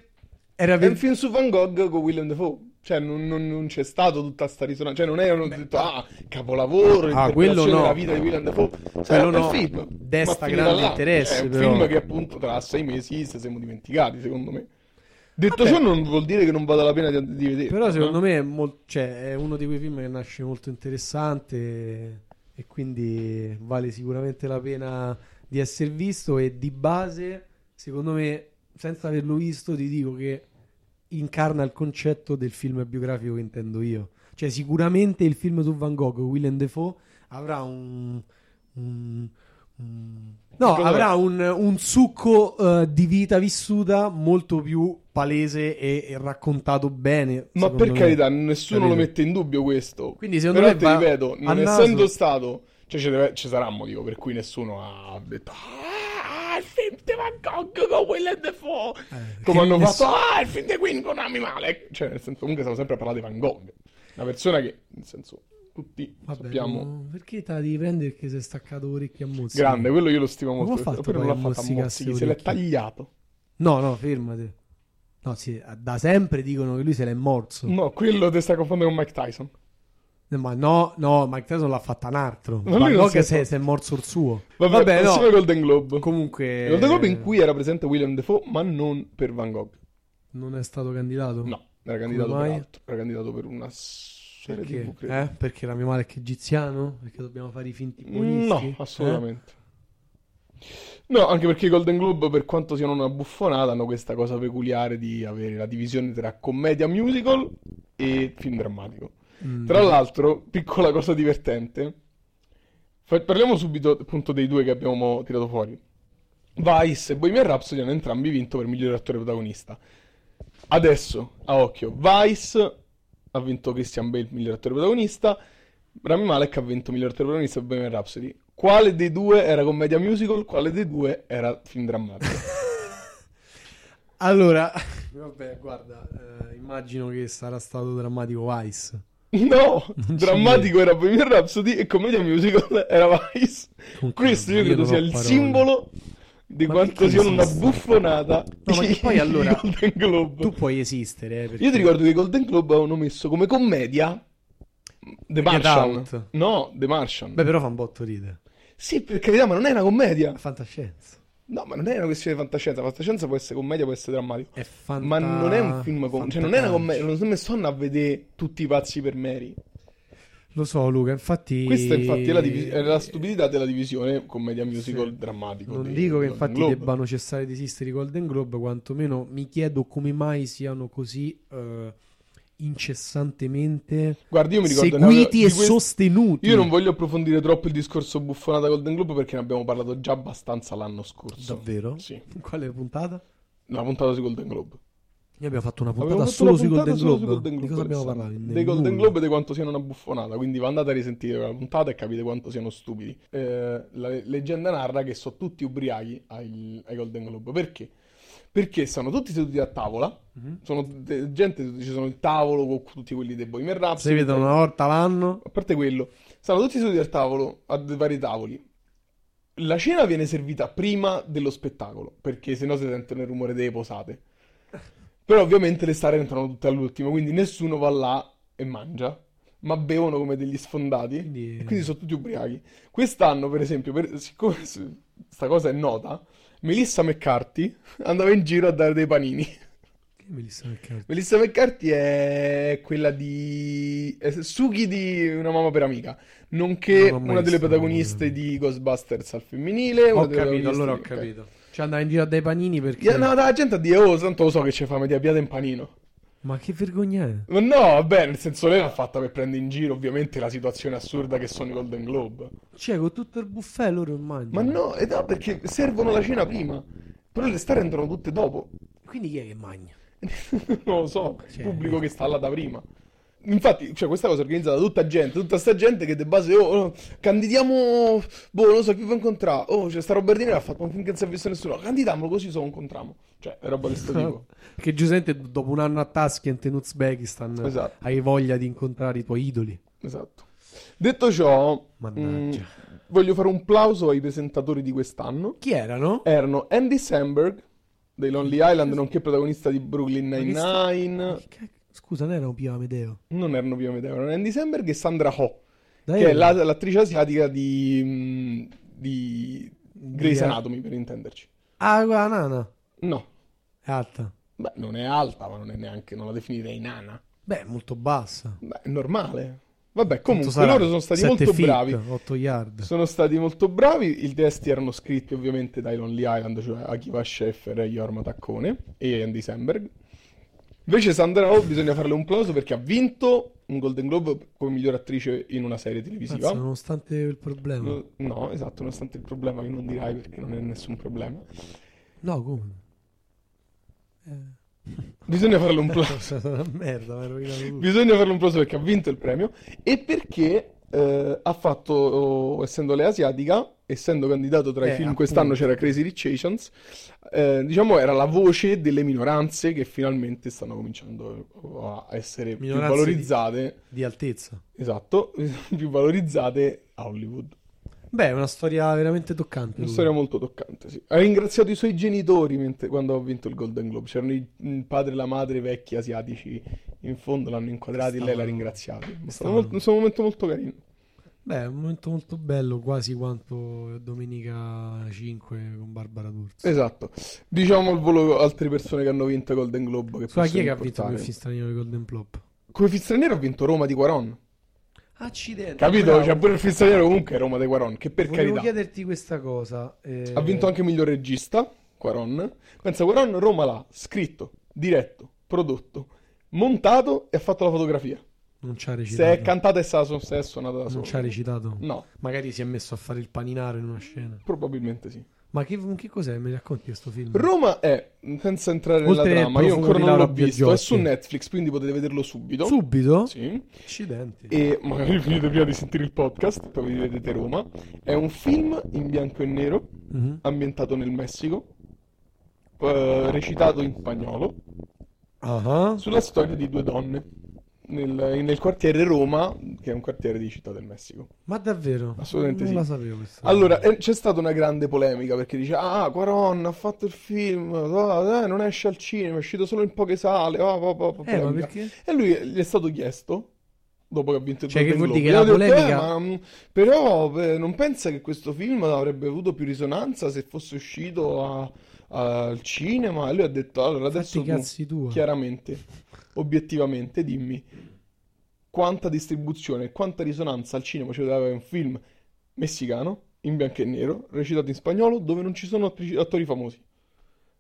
Era è un per... film su Van Gogh con Willem Dafoe. Cioè, non, non- non c'è stato tutta sta risonanza. Cioè, non è uno detto, ah, capolavoro, Ah, quello interpretazione no. della vita di Willem Dafoe. Cioè, Quello è un no. film. Desta Ma finita grande là. interesse, Cioè, È un però. film che, appunto, tra sei mesi se siamo dimenticati, secondo me. Detto Vabbè. ciò, non vuol dire che non vada la pena di, di vedere. Però secondo eh. me è, mol- cioè, è uno di quei film che nasce molto interessante e quindi vale sicuramente la pena di essere visto e di base, secondo me, senza averlo visto, ti dico che incarna il concetto del film biografico che intendo io. Cioè sicuramente il film su Van Gogh, Willem Dafoe, avrà un... un- un- No, Cosa? avrà un, un succo eh, di vita vissuta molto più palese e, e raccontato bene. Ma secondo per me. carità, nessuno lo Capito? mette in dubbio questo. Quindi secondo Però me ti va ripeto, non a naso. essendo stato, cioè ci, deve- ci sarà un motivo per cui nessuno ha detto "Ah, il film di Van Gogh con Willem Dafoe". Eh, Come che hanno ness- fatto "Ah, il film di Queen con Rami Malek". Cioè, nel senso, comunque stiamo sempre a parlare di Van Gogh, una persona che, nel senso, tutti Vabbè, sappiamo no, perché te la devi prendere che sei staccato orecchie a mozzi? grande, quello io lo stimo Come molto, ha fatto però poi non l'ha a fatta a mozzicarsi Mozzichi, se l'è orecchie? tagliato. No, no, fermate. No, sì, eh, da sempre dicono che lui se l'è morso. No, quello te stai confondendo con Mike Tyson. Eh, Ma no, no, Mike Tyson l'ha fatta un altro. Ma lui Van non Gogh si è se, fatto- se è morso il suo. Vabbè, Vabbè, no. eh. passiamo ai Golden Globe. Eh, Comunque... Golden Globe in cui era presente William Dafoe, ma non per Van Gogh. Non è stato candidato? No, era candidato per mai? altro. Era candidato per una serie Perché? TV, credo. Eh? Perché Rami Malek è egiziano? Perché dobbiamo fare i finti buonisti? Eh? No, assolutamente. No, anche perché i Golden Globe, per quanto siano una buffonata, hanno questa cosa peculiare di avere la divisione tra commedia musical e film drammatico. Eh? Mm. Tra l'altro, piccola cosa divertente, fa- parliamo subito appunto dei due che abbiamo tirato fuori. Vice e Bohemian Rhapsody hanno entrambi vinto per miglior attore protagonista. Adesso, a occhio, Vice ha vinto Christian Bale miglior attore protagonista, Rami Malek ha vinto miglior attore protagonista per Bohemian Rhapsody. Quale dei due era commedia musical? Quale dei due era film drammatico? Allora, vabbè, guarda, eh, immagino che sarà stato drammatico Vice. No, c'è drammatico era Bohemian Rhapsody e commedia musical era Vice. Con Questo io calma, credo non sia ho il parole. simbolo di Ma quanto perché siano una esiste? buffonata No, ma che poi i allora Golden Globe. tu puoi esistere. eh, perché- Io ti ricordo che i Golden Globe avevano messo come commedia The Martian. Out. No, The Martian. Beh, però fa un botto ridere. Sì, per carità, ma non è una commedia. È fantascienza. No, ma non è una questione di fantascienza. Fantascienza può essere commedia, può essere drammatico. È fanta... Ma non è un film con... Cioè, non è una commedia. Non mi sono a vedere tutti i pazzi per Mary. Lo so, Luca, infatti... Questa, infatti, è la, divis- è la stupidità della divisione commedia musical Sì. drammatico. Non dei dico che Golden infatti Globe. debbano cessare di esistere i Golden Globe, quantomeno mi chiedo come mai siano così eh, incessantemente Guardi, io mi ricordo. ne avevo- seguiti di e questi- sostenuti. Io non voglio approfondire troppo il discorso buffonata Golden Globe perché ne abbiamo parlato già abbastanza l'anno scorso. Davvero? Sì, In Quale puntata? la puntata sui Golden Globe. Noi abbiamo fatto una Abbiamo puntata fatto solo una sui puntata Golden solo Globe. sui Golden Di Globe, cosa abbiamo Alessandro. parlato? Dei Golden Nulla. Globe e di quanto siano una buffonata, quindi andate a risentire la puntata e capite quanto siano stupidi. Eh, la leggenda narra che sono tutti ubriachi ai, ai Golden Globe. Perché? Perché sono tutti seduti a tavola, Mhm. sono de- gente, ci sono il tavolo con tutti quelli dei Bohemian Si Rhapsody, vedono una volta l'anno. a parte quello, stanno tutti seduti al tavolo, a d- vari tavoli. La cena viene servita prima dello spettacolo, perché sennò si sentono il rumore delle posate. Però ovviamente le star entrano tutte all'ultimo, quindi nessuno va là e mangia, ma bevono come degli sfondati Quindi- eh, e quindi sono tutti ubriachi. Quest'anno, per esempio, per- siccome s- sta cosa è nota, Melissa McCarthy andava in giro a dare dei panini. Che Melissa McCarthy? Melissa McCarthy è quella di è Sughi di Una mamma per amica, nonché Non ho mai una delle visto. protagoniste di Ghostbusters al femminile. una Ho delle protagoniste capito, allora ho di- ok. capito. Cioè andava in giro a dai panini Gli- perché... No, la gente a dire, oh, tanto lo so che c'è fame di abbiate in panino. Ma che vergogna è? Ma no, vabbè, nel senso lei l'ha fatta per prendere in giro, ovviamente, la situazione assurda che sono i Golden Globe. Cioè, con tutto il buffet loro mangiano. Ma no, eh no, perché servono la cena prima, però le star entrano tutte dopo. Quindi chi è che mangia? Non lo so, il Cioè- pubblico che sta là da prima. Infatti, cioè, questa cosa è organizzata da tutta gente, tutta sta gente che di base, oh, oh, candidiamo, boh, non so chi fa incontrare, oh, c'è sta Robertini l'ha fatto, ma finché non si è visto nessuno, candidiamolo così so incontriamo. Cioè, è roba di sto tipo. Che giustamente dopo un anno a Tashkent in Uzbekistan Esatto. hai voglia di incontrare i tuoi idoli. Esatto. Detto ciò, Mannaggia. mh, voglio fare un plauso ai presentatori di quest'anno. Chi erano? Erano Andy Samberg, dei Lonely Island, nonché protagonista di Brooklyn Hai visto? Ma Nine-Nine. che cacchio- Scusa, non erano Pio Amedeo. Non erano prima Medeo, erano Andy Samberg e Sandra Ho. Dai, che è la- l'attrice asiatica di, mh, di Grey's Di- Anatomy, per intenderci. Ah, guarda, nana. No, È alta. beh, non è alta, ma non è neanche, non la definirei nana. Beh, molto bassa. Beh, è normale. Vabbè, Quanto comunque sarà? loro sono stati Sette molto feet, bravi. 8 yard. Sono stati molto bravi. I testi erano scritti ovviamente dai Lonely Island, cioè Akiva Scheffer e Jorma Taccone e Andy Samberg. Invece Sandra Oh bisogna farle un plauso perché ha vinto un Golden Globe come miglior attrice in una serie televisiva. Mazza, nonostante il problema. No, no, esatto, nonostante il problema che non dirai perché non è nessun problema. No, come? Eh, Bisogna farle un plauso. è stata una merda, mi hai rovinato tutto. Bisogna farle un plauso perché ha vinto il premio e perché eh, ha fatto, oh, essendo lei asiatica, essendo candidato tra i Eh, film appunto. quest'anno c'era Crazy Rich Asians, eh, diciamo era la voce delle minoranze che finalmente stanno cominciando oh, a essere più Minoranze di- valorizzate, Di altezza. esatto, più valorizzate a Hollywood. Beh, è una storia veramente toccante. Una Luca. storia molto toccante, sì. Ha ringraziato i suoi genitori mentre- quando ha vinto il Golden Globe. C'erano i- il padre e la madre vecchi asiatici in fondo, l'hanno inquadrati e lei l'ha Stavano- ringraziato. È stato stavano- molto- è stato un momento molto carino. Beh, è un momento molto bello, quasi quanto domenica 5 con Barbara D'Urso. Esatto. Diciamo al volo altre persone che hanno vinto Golden Globe. Che Scusa, chi possono è che ha vinto importare. come film straniero di Golden Plop? Come film straniero ha vinto Roma di Quaron. Accidenti. Capito? bravo. Cioè pure il film straniero comunque è Roma di Quaron, che per Volevo carità. chiederti questa cosa. eh, Ha vinto anche miglior regista, Quaron. Pensa, Quaron Roma l'ha scritto, diretto, prodotto, montato e ha fatto la fotografia. Non ci Se ha è Mm. recitato. cantata e sa se è suonata da non ci ha sola. recitato. No, Magari si è messo a fare il paninaro in una scena. probabilmente sì. Ma che, che cos'è? Mi racconti questo film? Roma è, senza entrare nella Oltre trama, io Profumo ancora di non l'ho Laura visto, è su Biagiotti. Netflix, quindi potete vederlo subito. Subito? Sì. Accidenti. E magari finite prima di sentire il podcast, poi vi vedete Roma. È un film in bianco e nero, Mhm. ambientato nel Messico, eh, recitato in spagnolo, Ah, ah. sulla storia di due donne. nel, nel quartiere Roma, che è un quartiere di Città del Messico. Ma davvero? Assolutamente non sì. la sapevo questa. Allora, eh, c'è stata una grande polemica perché dice: Ah, Quaron ha fatto il film, ah, eh, non esce al cinema, è uscito solo in poche sale. ah, ah, ah, ah, eh, ma polemica. perché? E lui gli è stato chiesto, dopo che ha vinto il Cioè, che Golden vuol dire Globe, che gli la ha detto, polemica- "Eh, ma, mh, però eh, non pensa che questo film avrebbe avuto più risonanza se fosse uscito a- al cinema? E lui ha detto, allora Fatti adesso i tu, cazzi tua. chiaramente, obiettivamente, dimmi, quanta distribuzione, quanta risonanza al cinema ci deve avere un film messicano, in bianco e nero, recitato in spagnolo, dove non ci sono attrici- attori famosi.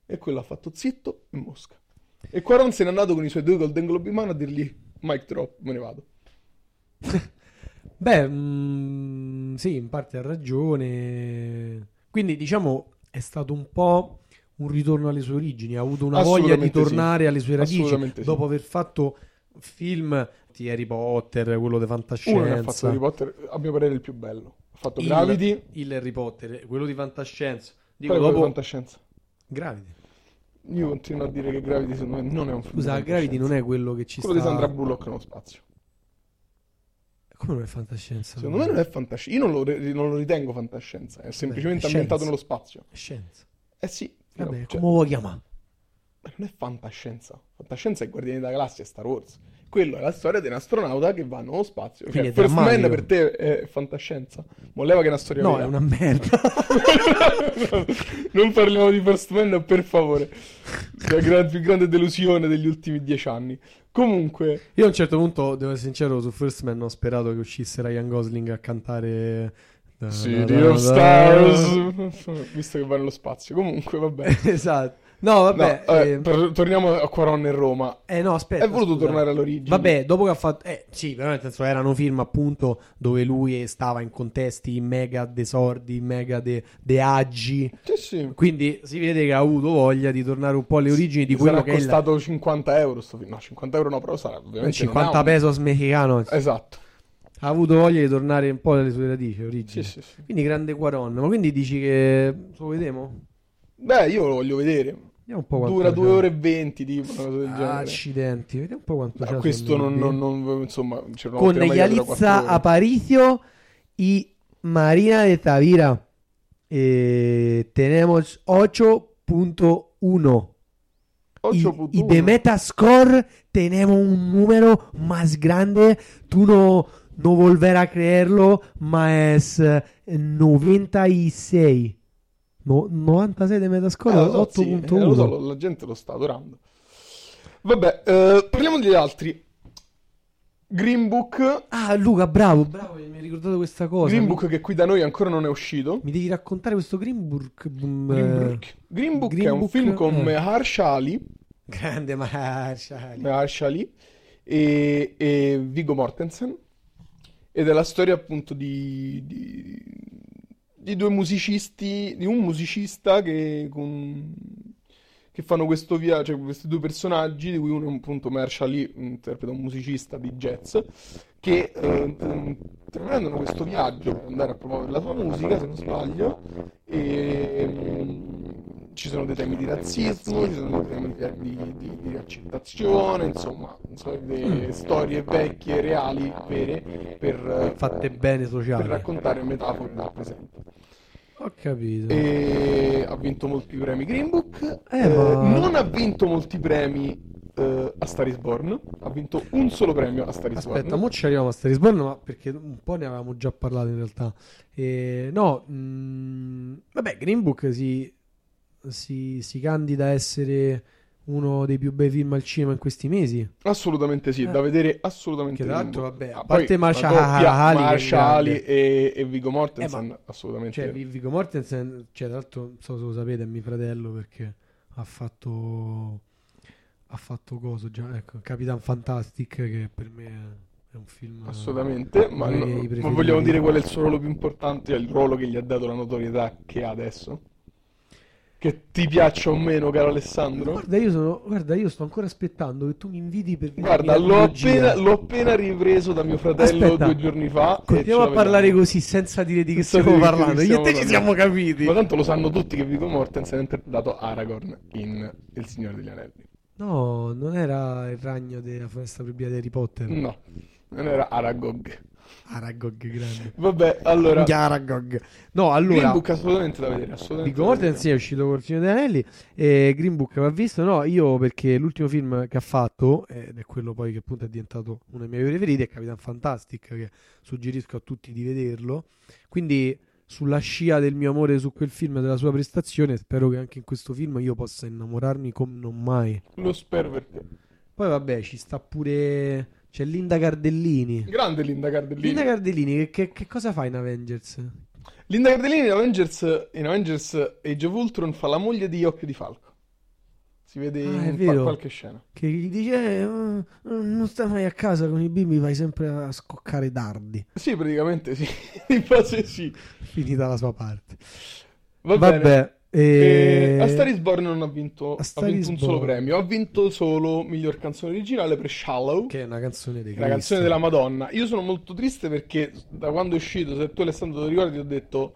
E quello ha fatto zitto e mosca. E Quaron se n'è andato con i suoi due Golden Globe in mano a dirgli Mike drop, me ne vado. Beh, mm, sì, in parte ha ragione. Quindi, diciamo, è stato un po' un ritorno alle sue origini. Ha avuto una voglia di Assolutamente sì. tornare alle sue radici Assolutamente sì. dopo aver fatto film di Harry Potter, quello Uno ne di ha fatto fantascienza. Harry Potter, a mio parere, il più bello. Ha fatto Il- Gravity, Il Harry Potter, quello di fantascienza. poi Dico quello di dopo fantascienza. Gravity. Io continuo a dire che Gravity secondo me non è un film. Scusa, di Gravity non è quello che ci fantascienza. Quello di Sandra sta. Bullock nello spazio. Come non è fantascienza? Secondo me non è fantascienza. Io non lo, re- non lo ritengo fantascienza, è semplicemente scienza. ambientato nello spazio. scienza. Eh sì, però, Vabbè, cioè, come vuoi chiamare? non è fantascienza. Fantascienza è Guardiani della Galassia e Star Wars. Quello è la storia di un astronauta che va nello spazio. Quindi Cioè, è First Man drammatico. per te è fantascienza. Molleva che è una storia No, vera. è una merda. non parliamo di First Man, per favore. La gra- più grande delusione degli ultimi dieci anni. Comunque, Io a un certo punto, devo essere sincero, su First Man ho sperato che uscisse Ryan Gosling a cantare... da- City da- da- of da- Stars, visto che va nello spazio. Comunque, vabbè. esatto. No, vabbè. No, eh, eh, tor- torniamo a Quaron e Roma. eh, no, aspetta. È voluto scusa. tornare all'origine. Vabbè, dopo che ha fatto... Eh, sì, però nel senso erano film appunto dove lui stava in contesti mega desordi, mega de, deagi. Sì, sì. Quindi si vede che ha avuto voglia di tornare un po' alle origini di quello Sarà che è il costato 50 euro. Sto film. No, 50 euro no, però sarà ovviamente. non ha 50 un- pesos mexicano. Esatto. Ha avuto voglia di tornare un po' alle sue radici, Sì, origini. sì, sì. Quindi grande Quaron. Ma quindi dici che... Lo vediamo? Beh, io lo voglio vedere. Vediamo un po' quanto Dura c'è. 2 ore e 20, tipo una cosa del Ah, genere. Accidenti, vediamo un po' quanto Ma c'è, questo secondo non, me. non, non- insomma, c'era una Con volta che la media dura Ializza quattro ore. Aparicio e Marina de Tavira. E tenemos 8.1. Y, 8.1. y de Metascore tenemos un número más grande. Tú no, no volver a creerlo, más es eh, 96. No, 96 de Metascore, Eh, lo so, sì, eh, 8.1. lo so, lo- la gente lo sta adorando. Vabbè, eh, parliamo degli altri. Green Book, Ah, Luca, bravo, bravo, che mi hai ricordato questa cosa. Green Mi- Book che qui da noi ancora non è uscito. Mi devi raccontare questo Greenburg. mm, Green eh, Book, Green Book Green è un Book, film con eh. Harsh Ali, Grande Marshall. Harsh Ali e, e Viggo Mortensen ed è la storia appunto di, di, di due musicisti, di un musicista che, con- che fanno questo viaggio, cioè questi due personaggi, di cui uno è appunto Marshall Lee, interpreta un musicista di jazz, che eh, prendono questo viaggio per andare a promuovere la sua musica, se non sbaglio, e mm, ci sono dei temi di razzismo, ci sono dei temi di, di- di accettazione, insomma, sono delle storie vecchie, reali, vere, per, eh, Fatte bene per sociale. raccontare metafore del presente. Ho capito. E ha vinto molti premi Green Book, Eh, ma- non ha vinto molti premi eh, a Star is Born, ha vinto un solo premio a Star is Born. Aspetta, mo ci arriviamo a Star is Born, ma perché un po' ne avevamo già parlato in realtà. Eh, no, mm, vabbè, Green Book si, si, si candida a essere uno dei più bei film al cinema in questi mesi. Assolutamente sì, Eh. da vedere assolutamente. Che tra l'altro, Limbo. vabbè, a Ah, parte poi la Mahershala doppia Ali, che è Mahershala Ali grande. e, e Viggo Mortensen, Eh, ma- assolutamente. Cioè, Vigo Mortensen, cioè, tra l'altro, non so se lo sapete, è mio fratello perché ha fatto. Ha fatto coso già, ecco, Capitan Fantastic, che per me è un film. Assolutamente, ma, Ah, Lui è i no- ma preferiti. vogliamo dire qual è il suo ruolo più importante, il ruolo che gli ha dato la notorietà che ha adesso? Che ti piaccia o meno, caro Alessandro? Guarda, io sono. Guarda, io sto ancora aspettando che tu mi inviti per vedere Guarda, la l'ho trilogia. appena, l'ho appena ripreso da mio fratello Aspetta. due giorni fa. e Continuiamo ce a la parlare vediamo. così senza dire di che Senza stiamo dire di che parlando. Io e te ci stiamo siamo capiti. Ma tanto lo sanno tutti che Viggo Mortensen ha interpretato Aragorn in Il Signore degli Anelli. No, non era il ragno della foresta proibita di Harry Potter. No, non era Aragog. Aragog grande. Vabbè, allora, Minchia, Aragog. No, allora Green Book assolutamente da vedere, di assolutamente da Gordon vedere. sì, è uscito col Signore degli Anelli e Green Book va visto no io perché l'ultimo film che ha fatto ed è quello poi che appunto è diventato uno dei miei preferiti è Capitan Fantastic che suggerisco a tutti di vederlo quindi sulla scia del mio amore su quel film e della sua prestazione spero che anche in questo film io possa innamorarmi come non mai Lo spero per te. poi vabbè ci sta pure c'è Linda Cardellini Grande Linda Cardellini. Linda Cardellini che, che- che cosa fa in Avengers? Linda Cardellini in Avengers, in Avengers Age of Ultron fa la moglie di Occhio di Falco. Si vede Ah, è in qua- vero. qualche scena. che gli dice eh, eh, non stai mai a casa con i bimbi vai sempre a scoccare dardi Sì, praticamente sì. in base sì. finita la sua parte Va vabbè, bene. eh, Eh, A Star is Born non ha vinto, A ha Star vinto is un solo Born. premio, ha vinto solo miglior canzone originale per Shallow, che è una canzone dei la canzone della Madonna. Io sono molto triste perché da quando è uscito, se tu Alessandro ti ricordi, ho detto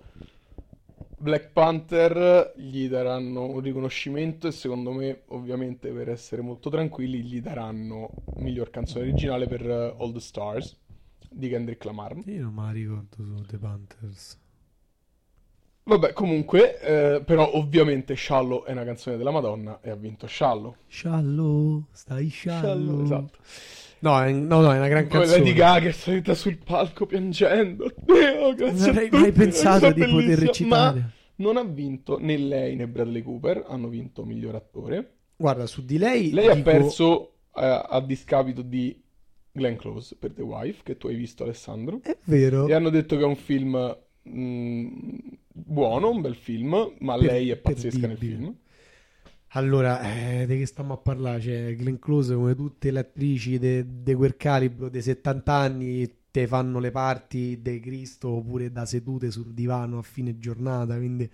Black Panther gli daranno un riconoscimento e secondo me, ovviamente, per essere molto tranquilli, gli daranno miglior canzone originale per eh, All the Stars di Kendrick Lamar. io non me la ricordo su The Panthers Vabbè, comunque, eh, però ovviamente Shallow è una canzone della Madonna e ha vinto Shallow. sciallo stai sciallo Shallow, esatto. no, è, no no è una gran Quella canzone di Gaga è salita sul palco piangendo. Oddio, grazie non a avrei tutti, mai pensato è di poter bellissima. recitare Ma non ha vinto né lei né Bradley Cooper, hanno vinto miglior attore. guarda su di lei Lei ha dico- perso eh, a discapito di Glenn Close per The Wife, che tu hai visto Alessandro. è vero E hanno detto che è un film mh, buono, un bel film, ma Per- lei è pazzesca nel perdibile. film. Allora, eh, di che stiamo a parlare? Cioè, Glenn Close, come tutte le attrici de, de quel calibro, dei 70 anni, te fanno le parti de Cristo oppure da sedute sul divano a fine giornata. Quindi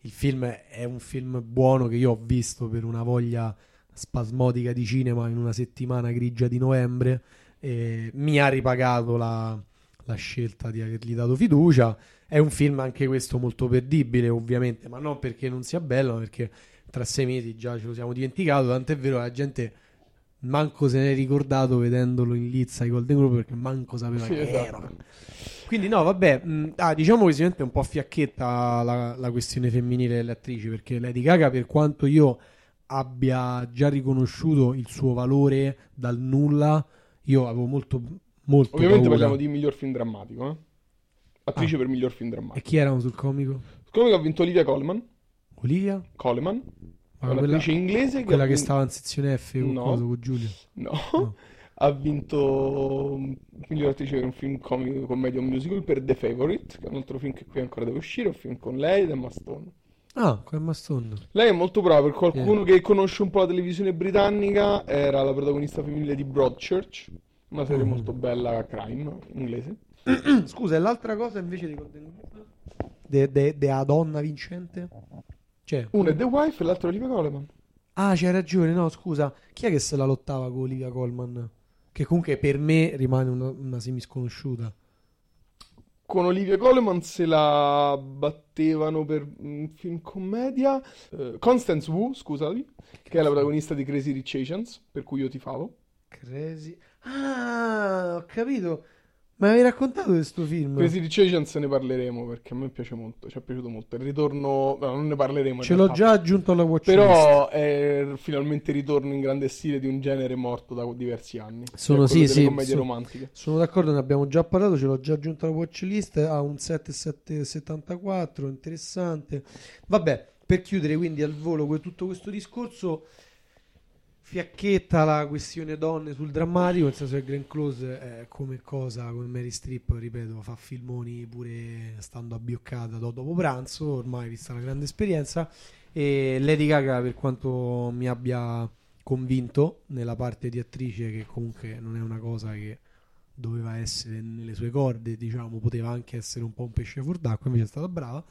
il film è un film buono che io ho visto per una voglia spasmodica di cinema in una settimana grigia di novembre. E mi ha ripagato la, la scelta di avergli dato fiducia. È un film anche questo molto perdibile, ovviamente, ma non perché non sia bello, ma perché tra sei mesi già ce lo siamo dimenticato. Tant'è vero che la gente manco se ne è ricordato vedendolo in lizza ai Golden Globe perché manco sapeva Sì, che era. esatto. Quindi no, vabbè, mh, ah, diciamo che sicuramente è un po' fiacchetta la, la questione femminile delle attrici, perché Lady Gaga, per quanto io abbia già riconosciuto il suo valore dal nulla, io avevo molto, molto Ovviamente paura. Ah. parliamo di miglior film drammatico, eh? Attrice per miglior film E drammatico. chi erano sul comico? Secondo me ha vinto Olivia Colman. Olivia? Coleman, Ma è Ah, quella, un'attrice inglese che quella ha che vin- stava in sezione F con, No. coso, con Giulia. No. No. ha vinto miglior attrice per un film comico, commedia o musical per The Favorite, che è un altro film che qui ancora deve uscire, un film con lei ed Emma Stone. Ah, con Emma Stone. Lei è molto brava, per qualcuno che conosce un po' la televisione britannica, era la protagonista femminile di Broadchurch, una serie Mhm. molto bella crime inglese. Scusa, e l'altra cosa invece di Golden Globe? De, de- della donna vincente? Cioè, Una è The Wife e l'altra è Olivia Coleman. ah, c'hai ragione, no, scusa. Chi è che se la lottava con Olivia Colman? Che comunque per me rimane una, una semisconosciuta. Con Olivia Coleman se la battevano per un film commedia. eh, Constance Wu, scusami, che è la protagonista di Crazy Rich Asians, per cui io tifavo. Crazy. Ah, ho capito. Ma avevi raccontato di questo film? Crazy Rich Asians ne parleremo perché a me piace molto, ci è piaciuto molto. Il ritorno, no, non ne parleremo in Ce l'ho realtà, già aggiunto alla watchlist. Però è finalmente il ritorno in grande stile di un genere morto da diversi anni. che è Sono- quello sì, delle sì, commedie so- romantiche. Sono d'accordo, ne abbiamo già parlato, ce l'ho già aggiunto alla watchlist, ha un 7,74, interessante. Vabbè, per chiudere quindi al volo que- tutto questo discorso, fiacchetta la questione donne sul drammatico, nel senso che Glenn Close è come cosa, come Mary Strip, ripeto, fa filmoni pure stando abbioccata do- dopo pranzo, ormai vista la grande esperienza, e Lady Gaga per quanto mi abbia convinto nella parte di attrice che comunque non è una cosa che doveva essere nelle sue corde, diciamo, poteva anche essere un po' un pesce fuor d'acqua, invece è stata brava.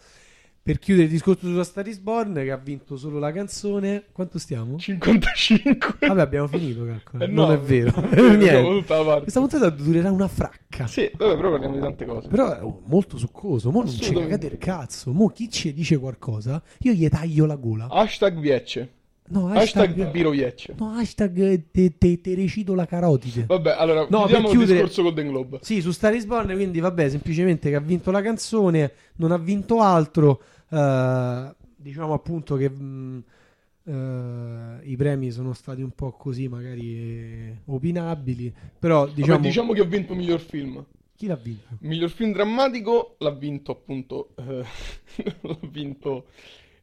Per chiudere il discorso su A Star is Born, che ha vinto solo la canzone, quanto stiamo? 55. Vabbè, abbiamo finito, calcola. Eh, non no, è vero. abbiamo Niente. tutta la parte. Questa puntata durerà una fracca. Sì, vabbè, però parliamo di tante cose. Però è oh, molto succoso. Mo non ci Assolutamente. cagate il cazzo. Mo chi ci dice qualcosa, io gli taglio la gola. Hashtag Viecce. No, Hashtag hashtag... Biroiecce. No, hashtag te, te- te recito la carotide. Vabbè, allora, No, per chiudiamo il chiudere- discorso Golden Globe. Sì, su Star is Born, quindi vabbè, semplicemente che ha vinto la canzone, non ha vinto altro. eh, diciamo appunto che mh, eh, i premi sono stati un po' così, magari eh, opinabili, però Vabbè, diciamo, diciamo che ho vinto miglior film. chi l'ha vinto? Miglior film drammatico l'ha vinto appunto. eh, l'ha vinto.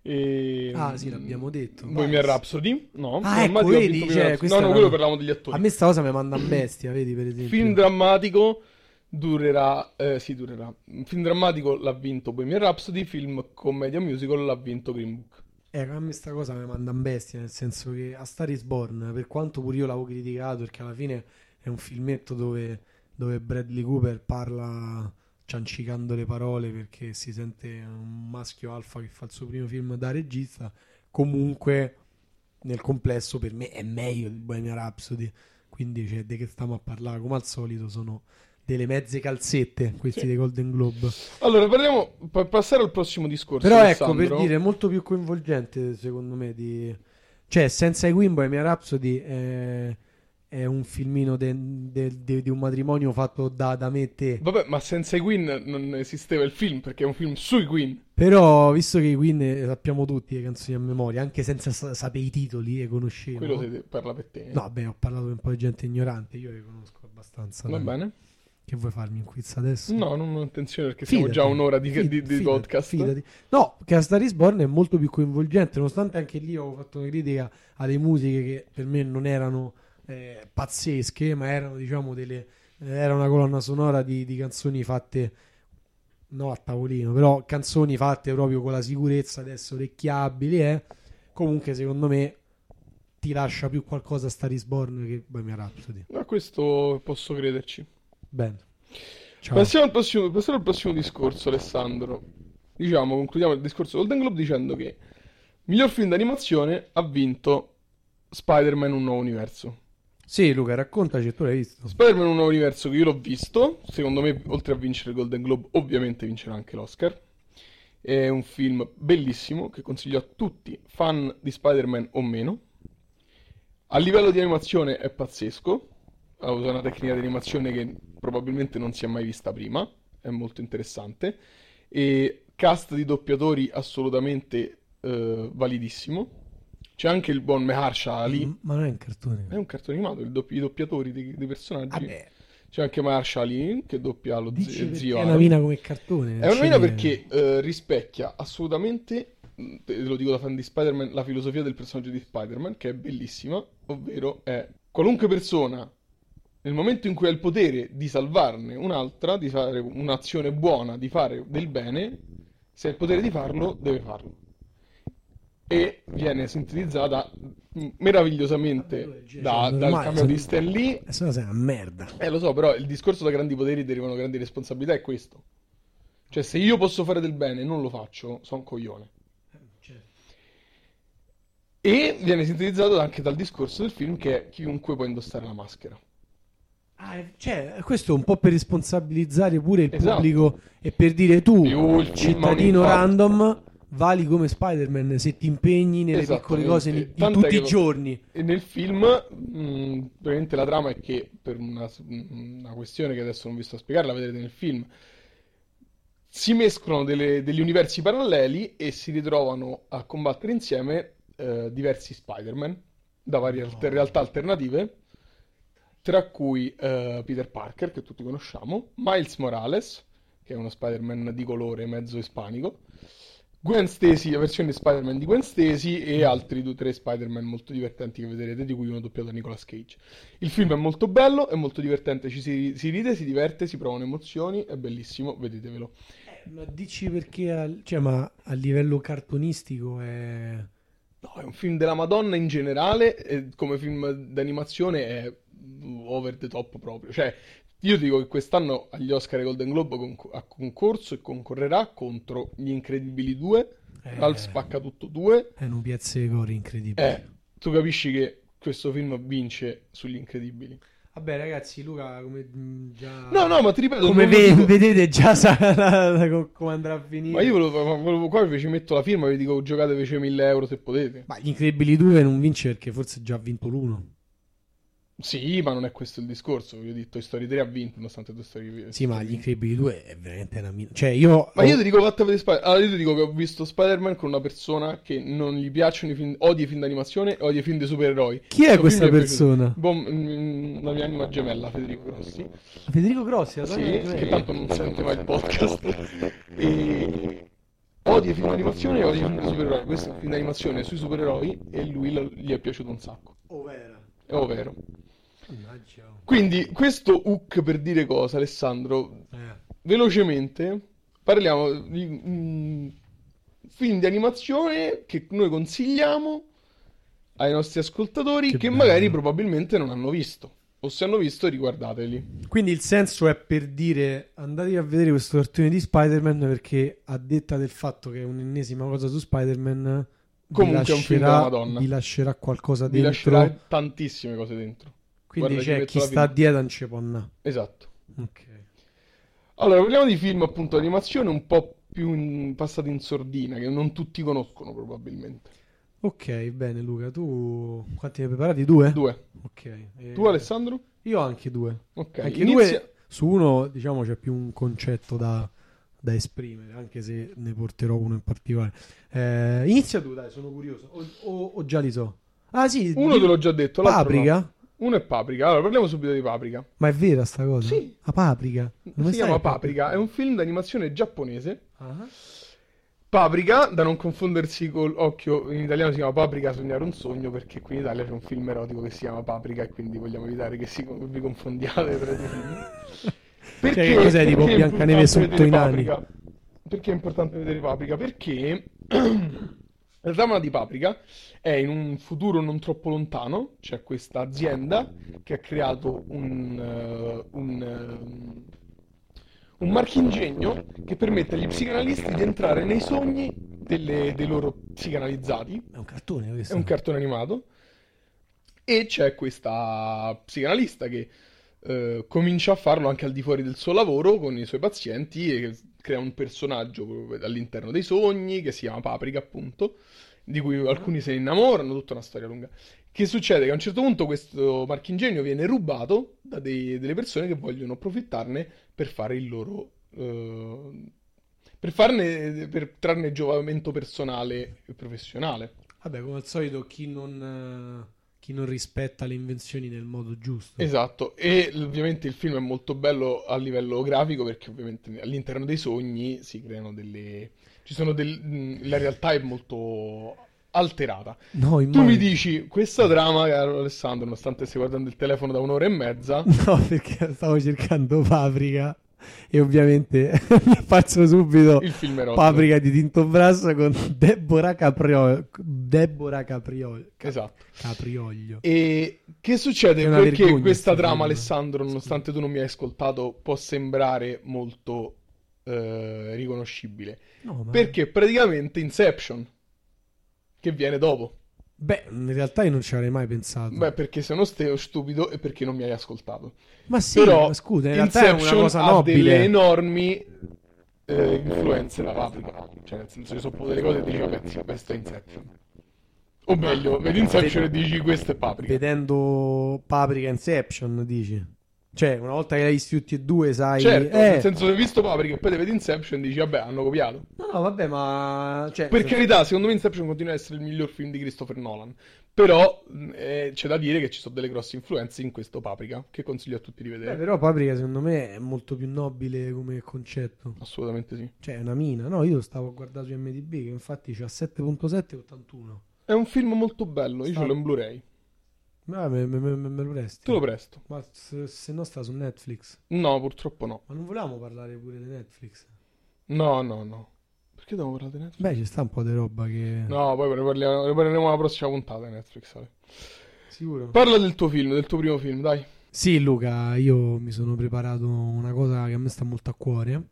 ehm, Ah, sì, l'abbiamo detto. Bohemian Rhapsody? No, Ah, ecco, drammatico ha vedi, vinto cioè, Bohemian Rhapsody. questa No, è no, una- quello parlavamo degli A attori. me sta cosa mi manda a bestia, vedi per esempio. Film drammatico durerà. eh, sì, durerà. Film drammatico l'ha vinto Bohemian Rhapsody. Film commedia musical l'ha vinto Green Book. Eh, a me sta cosa mi manda in bestia, nel senso che a Star is Born, per quanto pure io l'avevo criticato, perché alla fine è un filmetto dove, dove Bradley Cooper parla ciancicando le parole perché si sente un maschio alfa che fa il suo primo film da regista, comunque nel complesso per me è meglio di Bohemian Rhapsody, quindi cioè, di che stiamo a parlare? Come al solito sono delle mezze calzette questi Sì. dei Golden Globe. Allora, parliamo. Per passare al prossimo discorso, Però ecco, Alessandro. per dire, è molto più coinvolgente secondo me di... Cioè, senza i Queen, Bohemian Rhapsody è, è un filmino de- de- de- di un matrimonio fatto da, da me e te. Vabbè, ma senza i Queen non esisteva il film perché è un film sui Queen. Però, visto che i Queen eh, sappiamo tutti le canzoni a memoria, anche senza sa- sapere i titoli, le conoscevo. Quello se- parla per te. eh. No, beh, ho parlato con un po' di gente ignorante, io le conosco abbastanza. Va dai. bene? Che vuoi farmi un quiz adesso? No, non ho intenzione perché siamo Fidati. già un'ora di, Fid- di- di fidati, podcast. fidati. No, che a Star is Born è molto più coinvolgente, nonostante anche lì ho fatto una critica alle musiche che per me non erano eh, pazzesche, ma erano diciamo delle eh, era una colonna sonora di, di canzoni fatte no a tavolino, però canzoni fatte proprio con la sicurezza adesso orecchiabili, eh. Comunque secondo me ti lascia più qualcosa a Star is Born che Bohemian Rhapsody. A questo posso crederci. Bene. Ciao. Passiamo al prossimo, passiamo al prossimo discorso, Alessandro. Diciamo, concludiamo il discorso Golden Globe dicendo che miglior film d'animazione ha vinto Spider-Man Un Nuovo Universo. Sì, Luca, raccontaci, tu l'hai visto. Spider-Man Un Nuovo Universo che io l'ho visto, secondo me oltre a vincere il Golden Globe ovviamente vincerà anche l'Oscar. È un film bellissimo che consiglio a tutti, fan di Spider-Man o meno. A livello di animazione è pazzesco, ha usato una tecnica di animazione che probabilmente non si è mai vista prima, è molto interessante. E cast di doppiatori assolutamente eh, validissimo. C'è anche il buon Meharsha lì. M- Ma non è un cartone. È un cartone animato, il doppi- i doppiatori dei, dei personaggi. Vabbè, C'è anche Marsha Lin che doppia lo dici zi- perché zio è Aaron. una mina come cartone. È una mina cioè, perché eh, rispecchia assolutamente, mh, te lo dico da fan di Spider-Man, la filosofia del personaggio di Spider-Man, che è bellissima, ovvero è qualunque persona, nel momento in cui ha il potere di salvarne un'altra, di fare un'azione buona, di fare del bene, se ha il potere di farlo, deve farlo. E viene sintetizzata mh, Vabbè, meravigliosamente lui è genio, da- dal ormai, cameo se- di Stan Lee Eh, se no sei una merda. eh, lo so, però il discorso da grandi poteri derivano grandi responsabilità è questo. Cioè, se io posso fare del bene e non lo faccio, sono un coglione. E viene sintetizzato anche dal discorso del film che è chiunque può indossare la maschera. Ah, eh, cioè, questo è un po' per responsabilizzare pure il Esatto. pubblico e per dire tu, Più il film ha un cittadino impatto. random, vali come Spider-Man se ti impegni nelle piccole Esattamente. cose di- di Tant'è tutti che i lo- giorni. E nel film, mh, veramente la trama è che, per una, mm, una questione che adesso non vi sto a spiegare, la vedrete nel film, si mescolano delle- degli universi paralleli e si ritrovano a combattere insieme eh, diversi Spider-Man da varie alter- realtà alternative, tra cui eh, Peter Parker, che tutti conosciamo, Miles Morales, che è uno Spider-Man di colore mezzo ispanico, Gwen Stacy, la versione Spider-Man di Gwen Stacy e altri due o tre Spider-Man molto divertenti che vedrete, di cui uno doppiato da Nicolas Cage. Il film è molto bello, è molto divertente, ci si, si ride, si diverte, si provano emozioni, è bellissimo, vedetevelo. Eh, Ma dici perché, al- cioè, ma a livello cartonistico è... No, è un film della Madonna in generale, e come film d'animazione è over the top proprio. Cioè, io dico che quest'anno agli Oscar e Golden Globe conc- ha concorso e concorrerà contro Gli Incredibili 2, Eh. Ralph Spacca tutto eh, 2. È un piazza di cori incredibile. Eh, tu capisci che questo film vince sugli Incredibili. Vabbè, ragazzi, Luca, come mh, già. No, no, ma ti ripeto, Come non lo ve- dico- vedete già sarà co- come andrà a finire. ma io volevo, ma volevo qua vi ci metto la firma, vi dico giocate invece 1000 euro se potete. Ma gli incredibili 2 non vince perché forse già ha vinto l'uno. Sì, ma non è questo il discorso, vi ho detto, Toy Story 3 ha vinto, nonostante Toy Story Sì, ma gli incredibili 2 è veramente una mina. Cioè, io. Ma io ti dico fatta per Spider- allora io ti dico che ho visto Spider-Man con una persona che non gli piacciono i film, odia i film d'animazione e odia i film dei supereroi. Chi è Questo questa film mi è piaciuto. persona? Boh, mm, la mia anima gemella, Federico Rossi. Federico Grossi, la Sì, donna di- che tanto non sente mai il podcast. E odia i film d'animazione e odia i film dei supereroi. Questo è un film d'animazione sui supereroi e lui lo- gli è piaciuto un sacco. Ovvero. È ovvero. Oh, Mannaggia. Quindi, questo hook per dire cosa, Alessandro? Eh. velocemente parliamo di mm, film di animazione che noi consigliamo ai nostri ascoltatori Che che bello. magari probabilmente non hanno visto. O se hanno visto, riguardateli. Quindi il senso è per dire andatevi a vedere questo cartone di Spider-Man perché a detta del fatto che è un'ennesima cosa su Spider-Man vi Comunque è un film lascerà- della Madonna. vi lascerà qualcosa Vi dentro. lascerà tantissime cose dentro. Quindi Guarda, ci c'è metto chi la sta vita. dietro non ci può andare. Esatto. Ok. Allora, parliamo di film appunto animazione un po' più in- passati in sordina, che non tutti conoscono probabilmente. Ok, bene Luca, tu quanti ne hai preparati? Due? Due. Ok. eh, Tu Alessandro? Io anche due. Ok, Anche inizia- due, su uno diciamo c'è più un concetto da, da esprimere, anche se ne porterò uno in particolare. Eh, inizia tu, dai, sono curioso. O, o- o già li so. Ah sì, Uno di- te l'ho già detto, l'altro no. Paprika? Uno è Paprika. Allora, parliamo subito di Paprika. Ma è vera sta cosa? Sì. La paprika? Come si stai? chiama Paprika, è un film d'animazione giapponese. Ah. Paprika, da non confondersi col occhio, in italiano si chiama Paprika sognare un sogno, perché qui in Italia c'è un film erotico che si chiama Paprika e quindi vogliamo evitare che si- vi confondiate tra i due film. Perché, Cioè, che cos'è, tipo perché è Biancaneve importante sotto vedere i nani? Paprika? Perché è importante vedere Paprika? Perché la trama di Paprika è in un futuro non troppo lontano, c'è questa azienda che ha creato un, eh, un, eh, un marchingegno che permette agli psicanalisti di entrare nei sogni delle- dei loro psicanalizzati. È un cartone È questo? un cartone animato. E c'è questa psicanalista che eh, comincia a farlo anche al di fuori del suo lavoro con i suoi pazienti e che crea un personaggio eh, all'interno dei sogni che si chiama Paprika, appunto, di cui alcuni se ne innamorano, tutta una storia lunga. Che succede? Che a un certo punto questo marchingegno viene rubato da dei- delle persone che vogliono approfittarne per fare il loro... eh, per farne, per trarne giovamento personale e professionale. Vabbè, come al solito chi non, eh, chi non rispetta le invenzioni nel modo giusto. Esatto, e l- ovviamente il film è molto bello a livello grafico perché ovviamente all'interno dei sogni si creano delle... ci sono del... mh, la realtà è molto alterata. No, Tu mi immagino. dici, questa trama, caro Alessandro, nonostante stai guardando il telefono da un'ora e mezza, No, perché stavo cercando Paprika e ovviamente mi faccio subito il film è rotto. Paprika di Tinto Brasso con Deborah Capriol Deborah Capriol Ca- Esatto. Caprioglio. E che succede? È una Perché vergogna questa sto trama, film. Alessandro, Scusa. nonostante tu non mi hai ascoltato, può sembrare molto eh, riconoscibile. No, ma... Perché è praticamente Inception, che viene dopo. Beh, in realtà io non ci avrei mai pensato. Beh, perché se no stai stupido e perché non mi hai ascoltato. ma sì, Però ma scusa, in realtà è una Inception cosa ha delle nobile. enormi eh, influenze da Paprika. Cioè, nel senso, ci sono proprio delle cose che dici, vabbè, sì, questo è Inception. O meglio, vedi Inception e dici, questo è Paprika. Vedendo Paprika Inception, dici. Cioè, una volta che l'hai visti tutti e due, sai... Certo, eh, nel senso, se hai visto Paprika e poi te vedi Inception dici, vabbè, hanno copiato. No, no, vabbè, ma... Cioè, Per carità, secondo me Inception continua ad essere il miglior film di Christopher Nolan. Però mh, eh, c'è da dire che ci sono delle grosse influenze in questo Paprika, che consiglio a tutti di Beh, vedere. eh, però Paprika secondo me è molto più nobile come concetto. Assolutamente sì. Cioè, è una mina. No, io lo stavo a guardare su MDB che infatti c'ha 7.7 e 81. È un film molto bello, io Sta- ce l'ho in Blu-ray. Ma me, me- me- me lo presti? Te lo presto. Ma se, se no sta su Netflix. No, purtroppo no. Ma non volevamo parlare pure di Netflix? No, no, no. Perché devo parlare di Netflix? Beh, ci sta un po' di roba che... No, poi ne parliamo, ne parleremo alla prossima puntata di Netflix. Ale. Sicuro? Parla del tuo film, del tuo primo film, dai. Sì, Luca, io mi sono preparato una cosa che a me sta molto a cuore.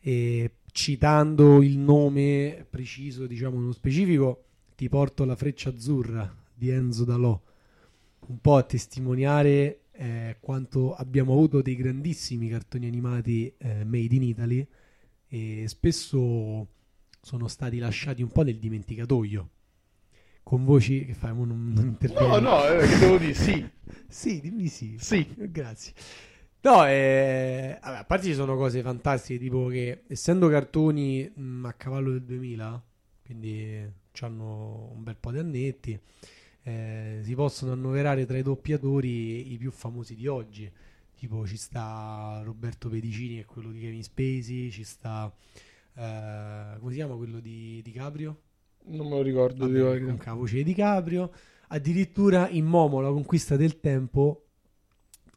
E citando il nome preciso, diciamo nello specifico, ti porto la freccia azzurra di Enzo Dalò, un po' a testimoniare eh, eh, quanto abbiamo avuto dei grandissimi cartoni animati eh, made in Italy e spesso sono stati lasciati un po' nel dimenticatoio. Con voci che fai, mo non, non No, interviene. no, eh, che devo dire? Sì, Sì, dimmi sì. sì. Grazie. No, eh, vabbè, a parte ci sono cose fantastiche, tipo che essendo cartoni mh, a cavallo del 2000, quindi hanno un bel po' di annetti, eh, si possono annoverare tra i doppiatori i più famosi di oggi. Tipo ci sta Roberto Pedicini, che è quello di Kevin Spacey, ci sta... eh, come si chiama quello di, di Caprio? Non me lo ricordo. Vabbè, di con la voce di DiCaprio. Addirittura in Momo, la conquista del tempo,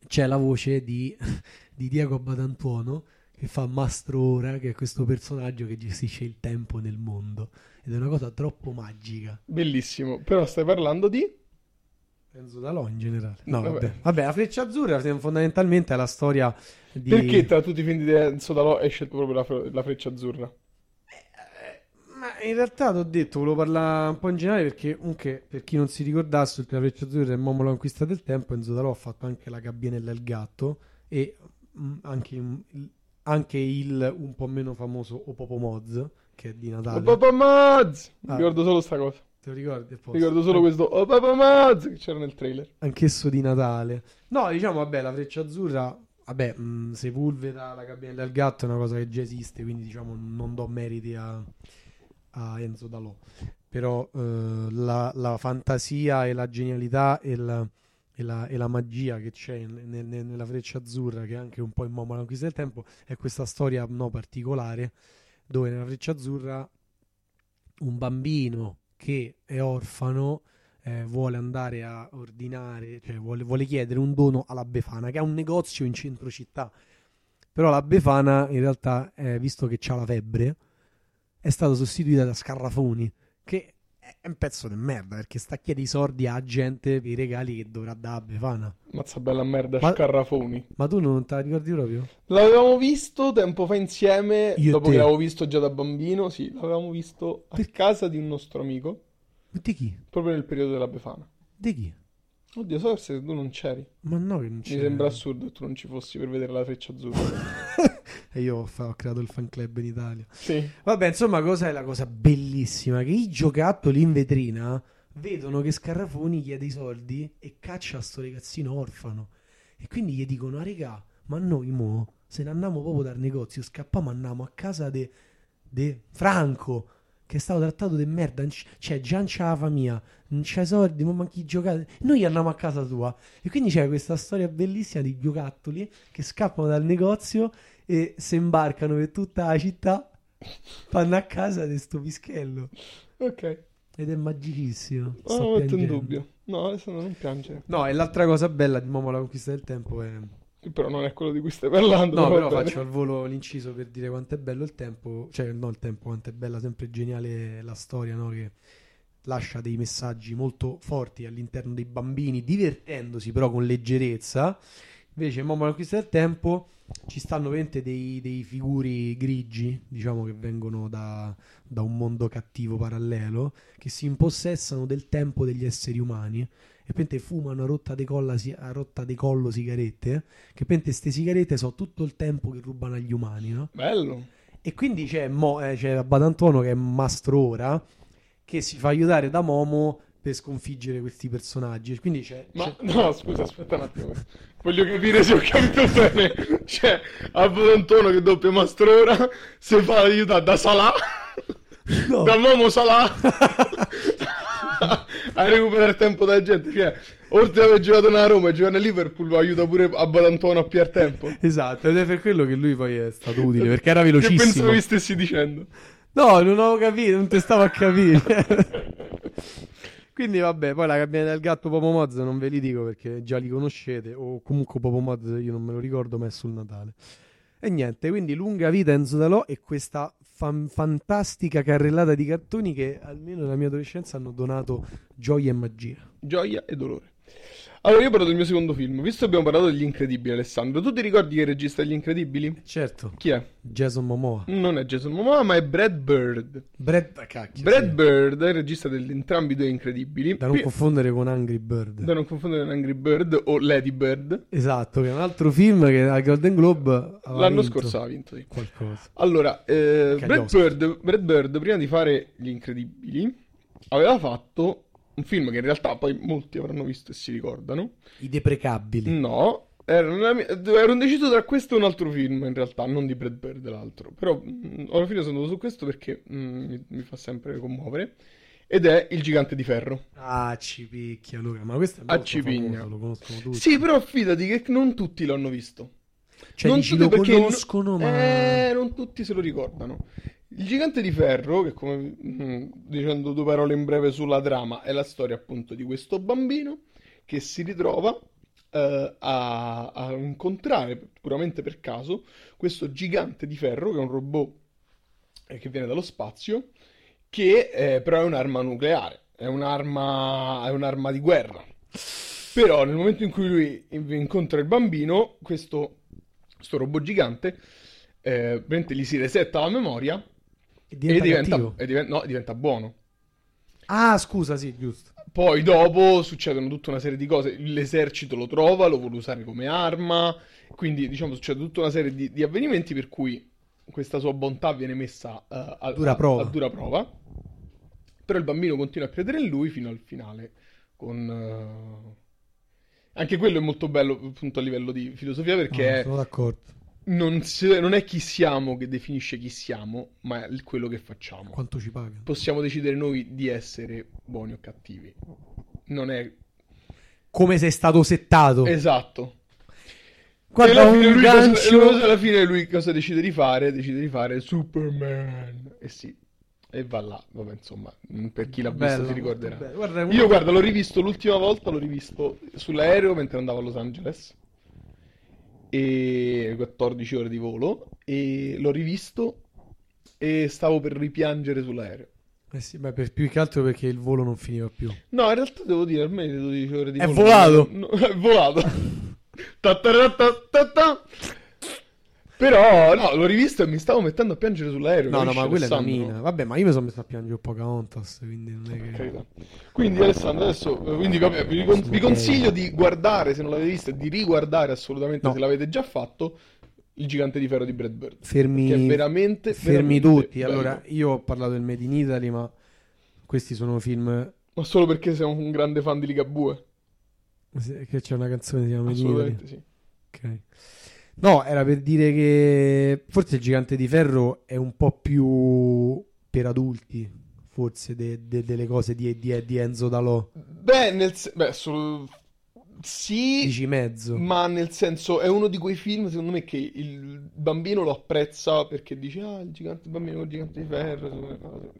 c'è la voce di, di Diego Badantuono che fa Mastro Ora, che è questo personaggio che gestisce il tempo nel mondo. Ed è una cosa troppo magica. Bellissimo. Però stai parlando di... Penso da Law in generale. No, Vabbè. vabbè. Vabbè, la freccia azzurra eh, fondamentalmente è la storia di... Perché tra tutti i film di Enzo Dalò esce proprio la, fre- la freccia azzurra? Eh, Ma in realtà ti ho detto, volevo parlare un po' in generale perché comunque per chi non si ricordasse il Freccia Azzurra e Momo la conquista del tempo, Enzo Dalò ha fatto anche la gabbianella e il gatto e mm, anche, anche il un po' meno famoso O Popo Moz che è di Natale. Oh Papa Maz! Ah. Eh. Ricordo solo sta cosa. Te lo ricordi? A posto. Ricordo solo questo Oh Papa Maz che c'era nel trailer. anch'esso di Natale. No, diciamo, vabbè, la freccia azzurra, vabbè, mh, Sepulveda, la gabbianella del gatto è una cosa che già esiste, quindi diciamo non do meriti a, a Enzo Dalò. Però eh, la, la fantasia e la genialità e la, e la- e la magia che c'è in- nel- nel- nella freccia azzurra, che è anche un po' in Momo la conquista del tempo, è questa storia no, particolare dove nella freccia azzurra un bambino che è orfano eh, vuole andare a ordinare, cioè vuole, vuole chiedere un dono alla Befana, che ha un negozio in centro città. Però la Befana, in realtà, eh, visto che ha la febbre, è stata sostituita da Scarrafoni, che è è un pezzo di merda, perché sta chiedendo i sordi a gente per i regali che dovrà dare a Befana. Mazza bella merda, Ma- scarrafoni. Ma tu non te la ricordi proprio? L'avevamo visto tempo fa insieme, Io e dopo te. che l'avevo visto già da bambino, sì, l'avevamo visto a Per- casa di un nostro amico, Di chi? proprio nel periodo della Befana. Di chi? Oddio, so se tu non c'eri. Mi Ma no, che non c'è. sembra assurdo che tu non ci fossi per vedere la freccia azzurra. E io ho fa- ho creato il fan club in Italia. Sì. Vabbè, insomma, cosa è la cosa bellissima? Che i giocattoli in vetrina vedono che Scarrafoni chiede i soldi e caccia sto ragazzino orfano. E quindi gli dicono, ah regà, ma noi mo, se ne andiamo proprio dal negozio, scappiamo, andiamo a casa de, de Franco, che è stato trattato de merda, non c- cioè già non c'ha la famiglia, non c'ha i soldi, ma manchi giocate, noi andiamo a casa tua. E quindi c'è questa storia bellissima di giocattoli che scappano dal negozio e si imbarcano per tutta la città vanno a casa di sto pischello Ok. ed è magicissimo. Oh, Sto non metto in piangendo. dubbio. No, Alessandro, non piangere. No, e l'altra cosa bella di Momo la conquista del tempo è... Però non è quello di cui stai parlando. No, va però bene. faccio al volo l'inciso per dire quanto è bello il tempo, cioè no il tempo, quanto è bella, sempre geniale la storia, no? Che lascia dei messaggi molto forti all'interno dei bambini, divertendosi però con leggerezza. Invece in Momo la conquista del tempo ci stanno veramente dei, dei figuri grigi, diciamo che vengono da, da un mondo cattivo parallelo, che si impossessano del tempo degli esseri umani e praticamente fumano a rotta di colla si- a rotta di collo sigarette che praticamente queste sigarette so tutto il tempo che rubano agli umani, no? Bello. E quindi c'è, Mo, eh, c'è Badantuono che è mastro ora, che si fa aiutare da Momo per sconfiggere questi personaggi. Quindi c'è... Ma c'è- no, scusa, aspetta un attimo. Voglio capire se ho capito bene. Cioè, a Volantono che doppia mastrora si fa aiutare da Salah, No. da Momo Salah a recuperare tempo da gente. Cioè, oltre ad aver giocato nella Roma e giocare a Liverpool, aiuta pure a Volantono a piar tempo. Esatto, ed è per quello che lui poi è stato utile, perché era Che pensavo velocissimo. mi stessi dicendo? No, non avevo capito, non te stavo a capire. Quindi vabbè, poi la cabina del gatto Popomoz non ve li dico perché già li conoscete, o comunque Popomoz io non me lo ricordo, ma è sul Natale. E niente, quindi lunga vita Enzo Dalò e questa fan- fantastica carrellata di cartoni che almeno nella mia adolescenza hanno donato gioia e magia. Gioia e dolore. Allora, io parlo del mio secondo film. Visto che abbiamo parlato degli Incredibili, Alessandro, tu ti ricordi che il regista degli Incredibili? Certo. Chi è? Jason Momoa. Non è Jason Momoa, ma è Brad Bird. Brad, cacchio, Brad sì. Bird è il regista di entrambi i due Incredibili. Da non Pi- confondere con Angry Bird. da non confondere con Angry Bird o Lady Bird. Esatto, che è un altro film che al Golden Globe aveva L'anno vinto scorso ha vinto, sì. Qualcosa. Allora, eh, Che Brad, agli Oscar. Bird, Brad Bird, prima di fare Gli Incredibili, aveva fatto un film che in realtà poi molti avranno visto e si ricordano. I deprecabili. No, era una mi- ero indeciso tra questo e un altro film, in realtà, non di Brad Bird, l'altro. Però mh, alla fine sono andato su questo perché mh, mi, mi fa sempre commuovere. Ed è Il Gigante di Ferro. Ah, ci picchia Luca, ma questo è A molto Cipigna. famoso, lo conoscono tutti. Sì, però fidati che non tutti l'hanno visto. cioè, non dici, tutti lo perché non- conoscono, ma... Eh, non tutti se lo ricordano. Il gigante di ferro, che come mh, dicendo due parole in breve sulla trama, è la storia appunto di questo bambino che si ritrova eh, a, a incontrare puramente per caso questo gigante di ferro che è un robot eh, che viene dallo spazio, che eh, però è un'arma nucleare, è un'arma, è un'arma di guerra. Però nel momento in cui lui in- incontra il bambino, questo, sto robot gigante, eh, praticamente gli si resetta la memoria E diventa e, diventa, cattivo. e diven- no, diventa buono. Ah, scusa, sì, giusto. Poi dopo succedono tutta una serie di cose, l'esercito lo trova, lo vuole usare come arma, quindi diciamo succede tutta una serie di, di avvenimenti per cui questa sua bontà viene messa eh, a, Dura a- prova. a dura prova. Però il bambino continua a credere in lui fino al finale, con... eh, Anche quello è molto bello appunto a livello di filosofia perché No, è- sono d'accordo. non, si- non è chi siamo che definisce chi siamo, ma è il- quello che facciamo Quanto ci pagano? possiamo decidere noi di essere buoni o cattivi. Non è Come sei stato settato? esatto. e Oh. Guarda, alla fine, un lui cosa- gancio... lui cosa- alla fine lui cosa decide di fare? Decide di fare Superman. E sì, e va là. Vabbè, insomma, mh, per chi l'ha Bello, visto si ricorderà. molto bello. Guarda, uno- Io guarda, l'ho rivisto l'ultima volta, l'ho rivisto sull'aereo mentre andavo a Los Angeles. E 14 ore di volo e l'ho rivisto e stavo per ripiangere sull'aereo. Eh sì, ma per più che altro perché il volo non finiva più. No, in realtà devo dire, a me le 12 ore di È volo- volato. No, è volato. Ta ta ta ta ta. Però, no, l'ho rivisto e mi stavo mettendo a piangere sull'aereo. No, no, capisci, ma quella è la Alessandro? mina. Vabbè, ma io mi sono messo a piangere Pocahontas, quindi non è Per che... carità. Quindi Alessandro, adesso eh, quindi, vabbè, vi, con- vi consiglio di guardare, se non l'avete vista, di riguardare assolutamente, No. se l'avete già fatto, Il gigante di ferro di Brad Bird. Fermi, Perché è veramente, fermi veramente tutti. bello. Allora, io ho parlato del Made in Italy, ma questi sono film Ma solo perché sei un grande fan di Ligabue. se- che c'è una canzone che si chiama Made in Italy. Assolutamente sì. Ok. No, era per dire che forse il Gigante di Ferro è un po' più per adulti, forse de- de- delle cose di, di- di Enzo Dalò, Beh, nel... se- Beh, sul- Sì, dici mezzo. Ma nel senso, è uno di quei film, secondo me, che il bambino lo apprezza perché dice, ah, il gigante, il bambino col gigante di ferro, sono le cose-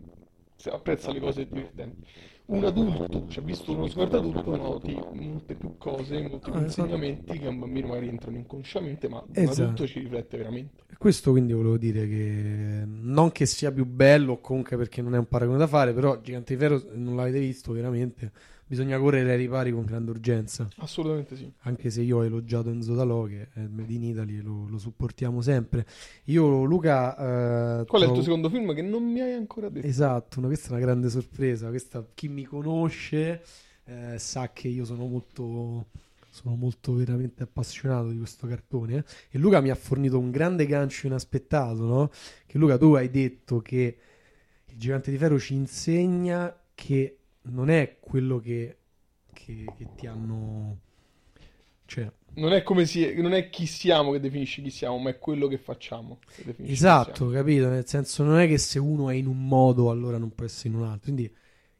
se apprezza le cose divertenti. Un adulto, cioè visto uno sguardo adulto, noti molte più cose, molti più Ah, esatto. insegnamenti che a un bambino magari entrano inconsciamente, ma un Esatto. adulto ci riflette veramente. Questo quindi volevo dire che non che sia più bello, o comunque perché non è un paragone da fare, però Gigante di Ferro se non l'avete visto veramente, bisogna correre ai ripari con grande urgenza, Assolutamente sì. anche se io ho elogiato Enzo Dalò che è il Made in Italy e lo, lo supportiamo sempre. Io Luca... Qual è il eh, trovo- tuo secondo film che non mi hai ancora detto? Esatto, no, questa è una grande sorpresa. Questa, chi mi conosce eh, sa che io sono molto, sono molto veramente appassionato di questo cartone. E Luca mi ha fornito un grande gancio inaspettato, no? Che Luca, tu hai detto che il gigante di ferro ci insegna che non è quello che, che- che ti hanno. Cioè, Non è come si, non è chi siamo che definisce chi siamo, ma è quello che facciamo che definisce chi siamo. Esatto, capito? Nel senso, non è che se uno è in un modo, allora non può essere in un altro. Quindi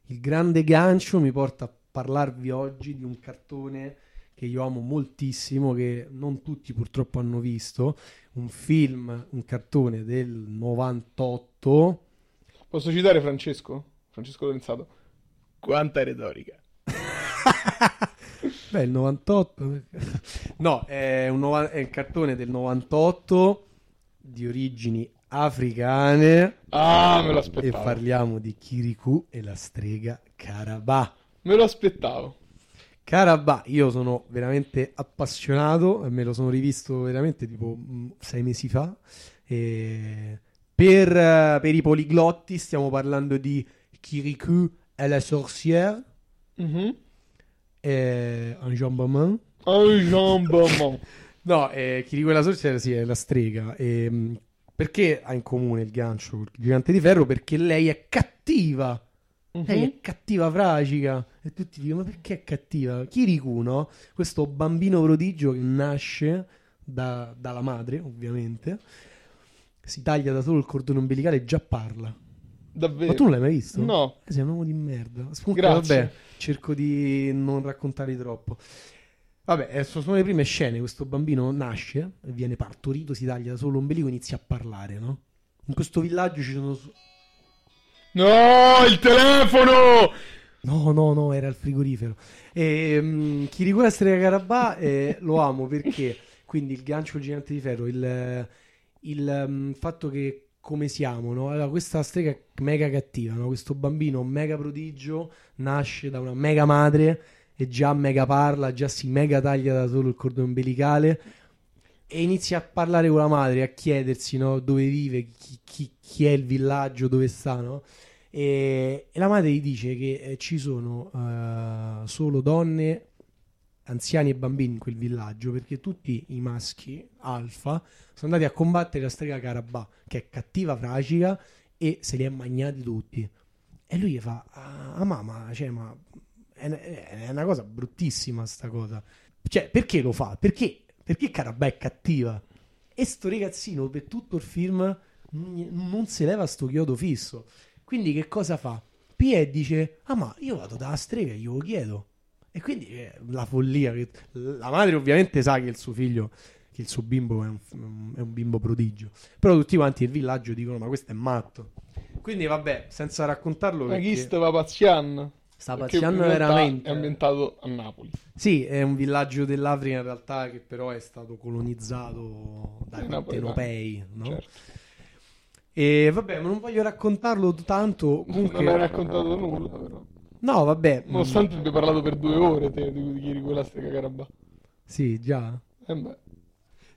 il grande gancio mi porta a parlarvi oggi di un cartone che io amo moltissimo, che non tutti purtroppo hanno visto. Un film, un cartone del 98. Posso citare Francesco? Francesco Lorenzato. Quanta retorica. Beh, il 98. No, è un, nova- è un cartone del 98 di origini africane. Ah, me lo E aspettavo. parliamo di Kirikou e la strega Karabà. Me lo aspettavo. Carabà, io sono veramente appassionato, eh, me lo sono rivisto veramente tipo mh, sei mesi fa. e per, eh, per i poliglotti stiamo parlando di Kirikou e la sorcière, Mhm. eh, un jambon. Oh, Jean Beaumont. No, eh, Kirikou e la sorcière sì, è la strega. E, mh, perché ha in comune il gancio col gigante di ferro? Perché lei è cattiva. Lei Mhm. è cattiva fragica. E tutti dicono: Ma perché è cattiva? Kirikou, no? Questo bambino prodigio che nasce da- dalla madre, ovviamente. Si taglia da solo il cordone ombelicale e già parla. Davvero. Ma tu non l'hai mai visto? No. Eh, sei un uomo di merda. Comunque, Grazie. vabbè, cerco di non raccontarli troppo. Vabbè, eh, so- sono le prime scene. Questo bambino nasce, viene partorito, si taglia da solo l'ombelico e inizia a parlare, no? In questo villaggio ci sono so- No, il telefono! No, no, no, era il frigorifero. Ehm, chi riguarda Strega Carabà eh, lo amo perché quindi il gancio gigante di ferro, il, il, ehm, fatto che come siamo, no? Allora, questa strega è mega cattiva, no? Questo bambino mega prodigio nasce da una mega madre e già mega parla, già si mega taglia da solo il cordone umbilicale e inizia a parlare con la madre, a chiedersi, no? Dove vive, chi, chi- chi è il villaggio, dove sta, no? E, e la madre gli dice che eh, ci sono eh, solo donne, anziani e bambini in quel villaggio perché tutti i maschi alfa sono andati a combattere la strega Carabà, che è cattiva, fragica e se li ha magnati tutti. E lui gli fa: Ah, ah, ma, ma, cioè, ma è, è una cosa bruttissima, sta cosa. Cioè, perché lo fa? Perché, perché Carabà è cattiva? E sto ragazzino per tutto il film n- non si leva sto chiodo fisso. Quindi che cosa fa? Pie dice: Ah, ma io vado dalla strega e glielo chiedo. E quindi eh, la follia. che- La madre, ovviamente, sa che il suo figlio, che il suo bimbo è un, è un bimbo prodigio. Però tutti quanti nel villaggio dicono: Ma questo è matto. Quindi, vabbè, senza raccontarlo. Ma Perché chi stava pazziando? sta Perché in pazziando realtà veramente. È ambientato a Napoli. Sì, è un villaggio dell'Africa in realtà che però è stato colonizzato Eh, dai no, poi- europei, no? Certo. E vabbè, ma non voglio raccontarlo tanto. Comunque, Non hai raccontato nulla, però. no, vabbè, mm, Nonostante abbia parlato per due ore te, di, di ieri quella strega carabà. sì, già. Eh beh.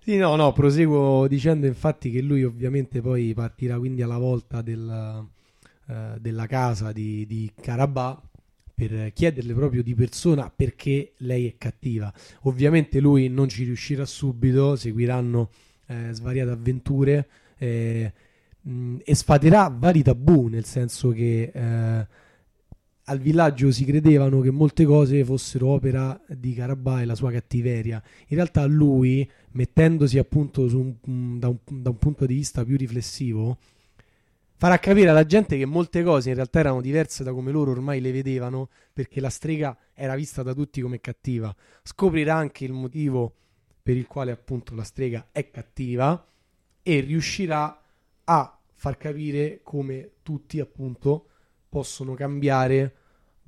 Sì, no, no, proseguo dicendo infatti che lui ovviamente poi partirà quindi alla volta del, eh, della casa di, di Carabà per chiederle proprio di persona perché lei è cattiva. Ovviamente lui non ci riuscirà subito, seguiranno eh, svariate avventure eh, mh, e sfaterà vari tabù, nel senso che eh, al villaggio si credevano che molte cose fossero opera di Carabà e la sua cattiveria. In realtà lui mettendosi appunto su un- mh, da, un, da un punto di vista più riflessivo, farà capire alla gente che molte cose in realtà erano diverse da come loro ormai le vedevano, perché la strega era vista da tutti come cattiva. Scoprirà anche il motivo per il quale appunto la strega è cattiva e riuscirà a far capire come tutti appunto possono cambiare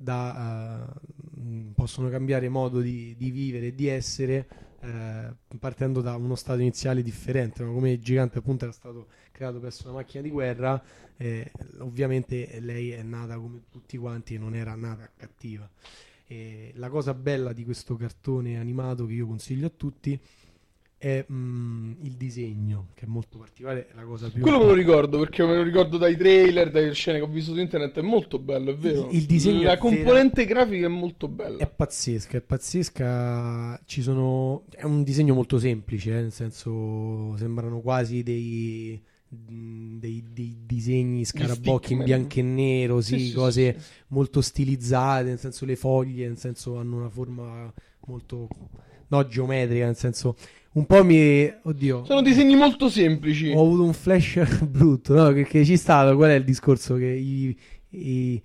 da, eh, mh, possono cambiare modo di, di vivere e di essere eh, partendo da uno stato iniziale differente, no? come il gigante appunto era stato creato presso una macchina di guerra, eh, ovviamente lei è nata come tutti quanti e non era nata cattiva. E la cosa bella di questo cartone animato che io consiglio a tutti è mm, il disegno, che è molto particolare, è la cosa più... Quello me lo ricordo perché me lo ricordo dai trailer, dalle scene che ho visto su internet. È molto bello, è vero. Il- il disegno La è componente grafica è molto bella. È pazzesca, è pazzesca. Ci sono. È un disegno molto semplice, eh, nel senso sembrano quasi dei. mh, Dei, dei disegni scarabocchi in stickman. bianco e nero, sì, Sì, sì, cose sì, sì. molto stilizzate, nel senso le foglie, nel senso hanno una forma molto no geometrica, nel senso un po' mi oddio. Sono disegni molto semplici. Ho avuto un flash brutto, no? Perché ci stava, qual è il discorso? Che i, i-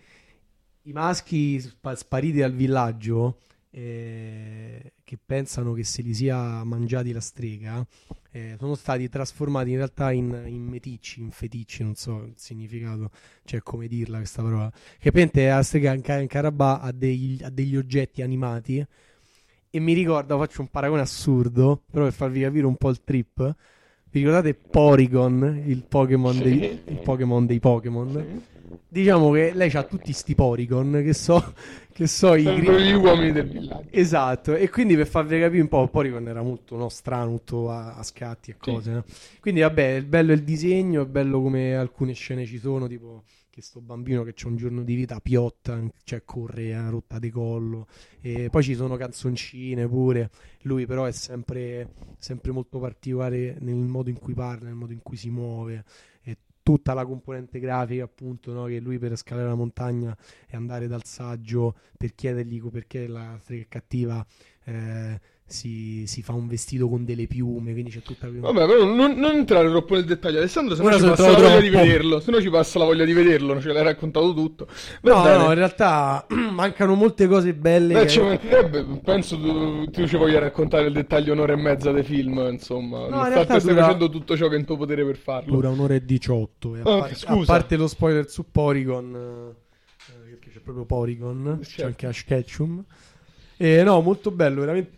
i maschi spa- spariti dal villaggio, eh, che pensano che se li sia mangiati la strega, eh, sono stati trasformati in realtà in, in meticci, in feticci, non so il significato, cioè come dirla questa parola. Che praticamente la strega in, Ca- in Carabà ha degli, ha degli oggetti animati e mi ricorda, faccio un paragone assurdo, però per farvi capire un po' il trip. Vi ricordate Porygon, il Pokémon Sì. dei, il Pokémon dei Pokémon? Sì. Diciamo che lei ha tutti sti Porygon che so, che so i Sarebbero gri- gli uomini del villaggio. Esatto, e quindi per farvi capire un po', Porygon era molto no, strano, tutto a, a scatti e cose. no? Quindi vabbè, il bello è il disegno, è bello come alcune scene ci sono, tipo che sto bambino che c'ha un giorno di vita piotta, cioè corre a rotta di collo. E poi ci sono canzoncine pure, lui però è sempre, sempre molto particolare nel modo in cui parla, nel modo in cui si muove. e Tutta la componente grafica, appunto, no? che lui per scalare la montagna e andare dal saggio per chiedergli co- perché la strega è cattiva eh, si, si fa un vestito con delle piume, quindi c'è tutta quella- Vabbè, però non, non entrare troppo nel dettaglio, Alessandro, se no Ora ci se passa la trovo voglia di troppo. vederlo. Se no ci passa la voglia di vederlo, ce l'hai raccontato tutto. Va No, bene. no, in realtà mancano molte cose belle. Beh, che- ci mancherebbe, penso tu, tu ci voglia raccontare il dettaglio un'ora e mezza dei film, insomma. in Nonostante realtà stai dura- facendo tutto ciò che è in tuo potere per farlo. Dura un'ora e 18. E a, Ah, par- scusa. a parte lo spoiler su Porygon, eh, perché c'è proprio Porygon, c'è Certo. anche Ash Ketchum. E no, molto bello, veramente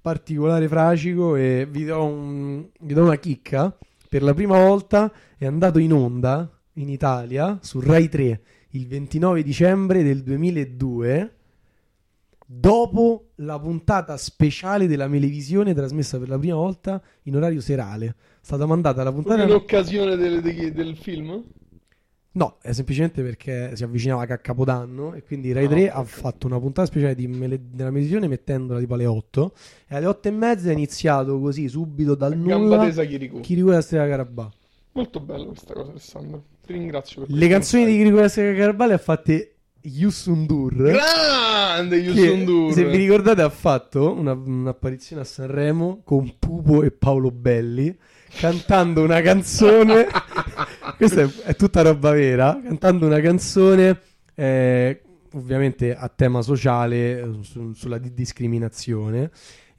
particolare, fracico. E vi do, un- vi do una chicca. Per la prima volta è andato in onda in Italia su Rai 3 il 29 dicembre del 2002 dopo la puntata speciale della Melevisione trasmessa per la prima volta in orario serale. È stata mandata la puntata... Proprio in occasione del, de- del film? No, è semplicemente perché si avvicinava a Capodanno e quindi Rai Ah, 3 ok, ha ok. fatto una puntata speciale di mele- della Melevisione mettendola tipo alle 8 e alle 8 e mezza è iniziato così subito dal Gamba nulla tesa Chirico. Chirico e la Strega Carabà. Molto bella questa cosa, Alessandro. Ti ringrazio per Le canzoni di Chirico e la Strega Carabà le ha fatte Yusundur. Grande che, Yusundur! Se vi ricordate, ha fatto una- un'apparizione a Sanremo con Pupo e Paolo Belli cantando una canzone. questa è, è tutta roba vera. Cantando una canzone, eh, ovviamente a tema sociale, eh, su- sulla di- discriminazione.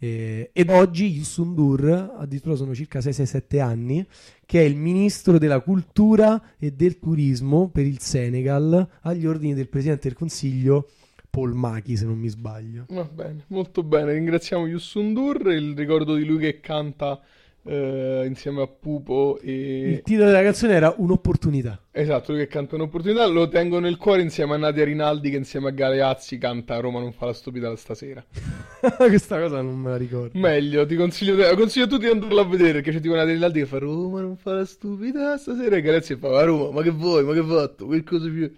Eh, ed oggi Yusundur, addirittura sono circa 6-7 anni, che è il ministro della cultura e del turismo per il Senegal, agli ordini del presidente del consiglio Paul Machi, se non mi sbaglio. Va bene, molto bene. Ringraziamo Yusundur, il ricordo di lui che canta eh, insieme a Pupo Il e... titolo della canzone era Un'opportunità. Esatto, lui che canta un'opportunità, lo tengo nel cuore insieme a Nadia Rinaldi che insieme a Galeazzi canta Roma non fa la stupida stasera. Questa cosa non me la ricordo. Meglio, ti consiglio, consiglio a tutti di andarla a vedere perché c'è tipo una Rinaldi che fa Roma non fa la stupida stasera e Galeazzi fa "Ma Roma, ma che vuoi, ma che hai fatto? Che cosa più...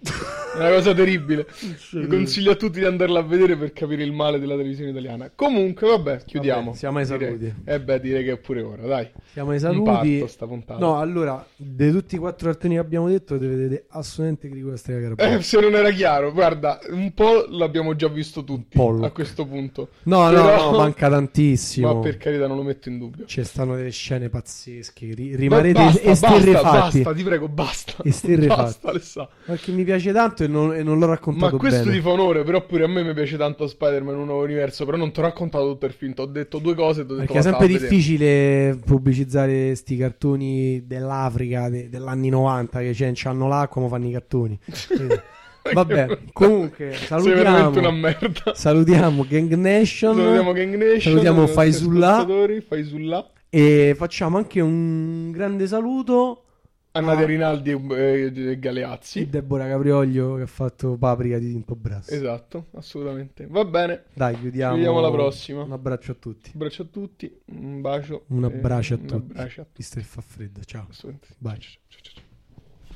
È una cosa terribile. Vi Consiglio a tutti di andarla a vedere per capire il male della televisione italiana. Comunque, vabbè, chiudiamo. Vabbè, siamo ai Direi- saluti. Eh beh, direi che è pure ora, dai. Siamo ai Un saluti. parto sta puntata. No, allora, di tutti i quattro cartoni che abbiamo detto, dovete vedere assolutamente Grigo e la strega Carabinieri. Eh, se non era chiaro, guarda, un po' l'abbiamo già visto tutti Pollock. a questo punto. No, no, però- no, manca tantissimo. Ma per carità, non lo metto in dubbio. Ci stanno delle scene pazzesche. ri- Ma rimarete basta, basta, esterrefatti. basta, ti prego, basta. Esterrefatti. Basta, Alessà. Perché mi piace tanto e non, e non l'ho Ma raccontato questo bene. ti fa onore, però pure a me mi piace tanto Spider-Man un nuovo universo, però non ti ho raccontato tutto il film, ti ho detto due cose e ti ho detto Perché "Basta, è sempre la vediamo". difficile pubblicizzare questi cartoni dell'Africa de- dell'anni 90 che c'è, c'hanno l'acqua ma fanno i cartoni. Quindi, Vabbè, comunque Sei veramente una salutiamo, merda. salutiamo Gang Nation Salutiamo Gang Nation. salutiamo i nostri Faisulla. ascoltatori, Faisulla. e facciamo anche un grande saluto A Nadia Ah. Rinaldi e e Galeazzi. a Deborah Caprioglio che ha fatto Paprika di Tinto Brass. Esatto, assolutamente. Va bene. Dai, chiudiamo. Ci vediamo alla prossima. Un Un abbraccio a tutti. abbraccio a tutti, un bacio. Un e abbraccio a un tutti. abbraccio a tutti. Visto che fa freddo, ciao. Assolutamente. Bye. Ciao, ciao, ciao, ciao.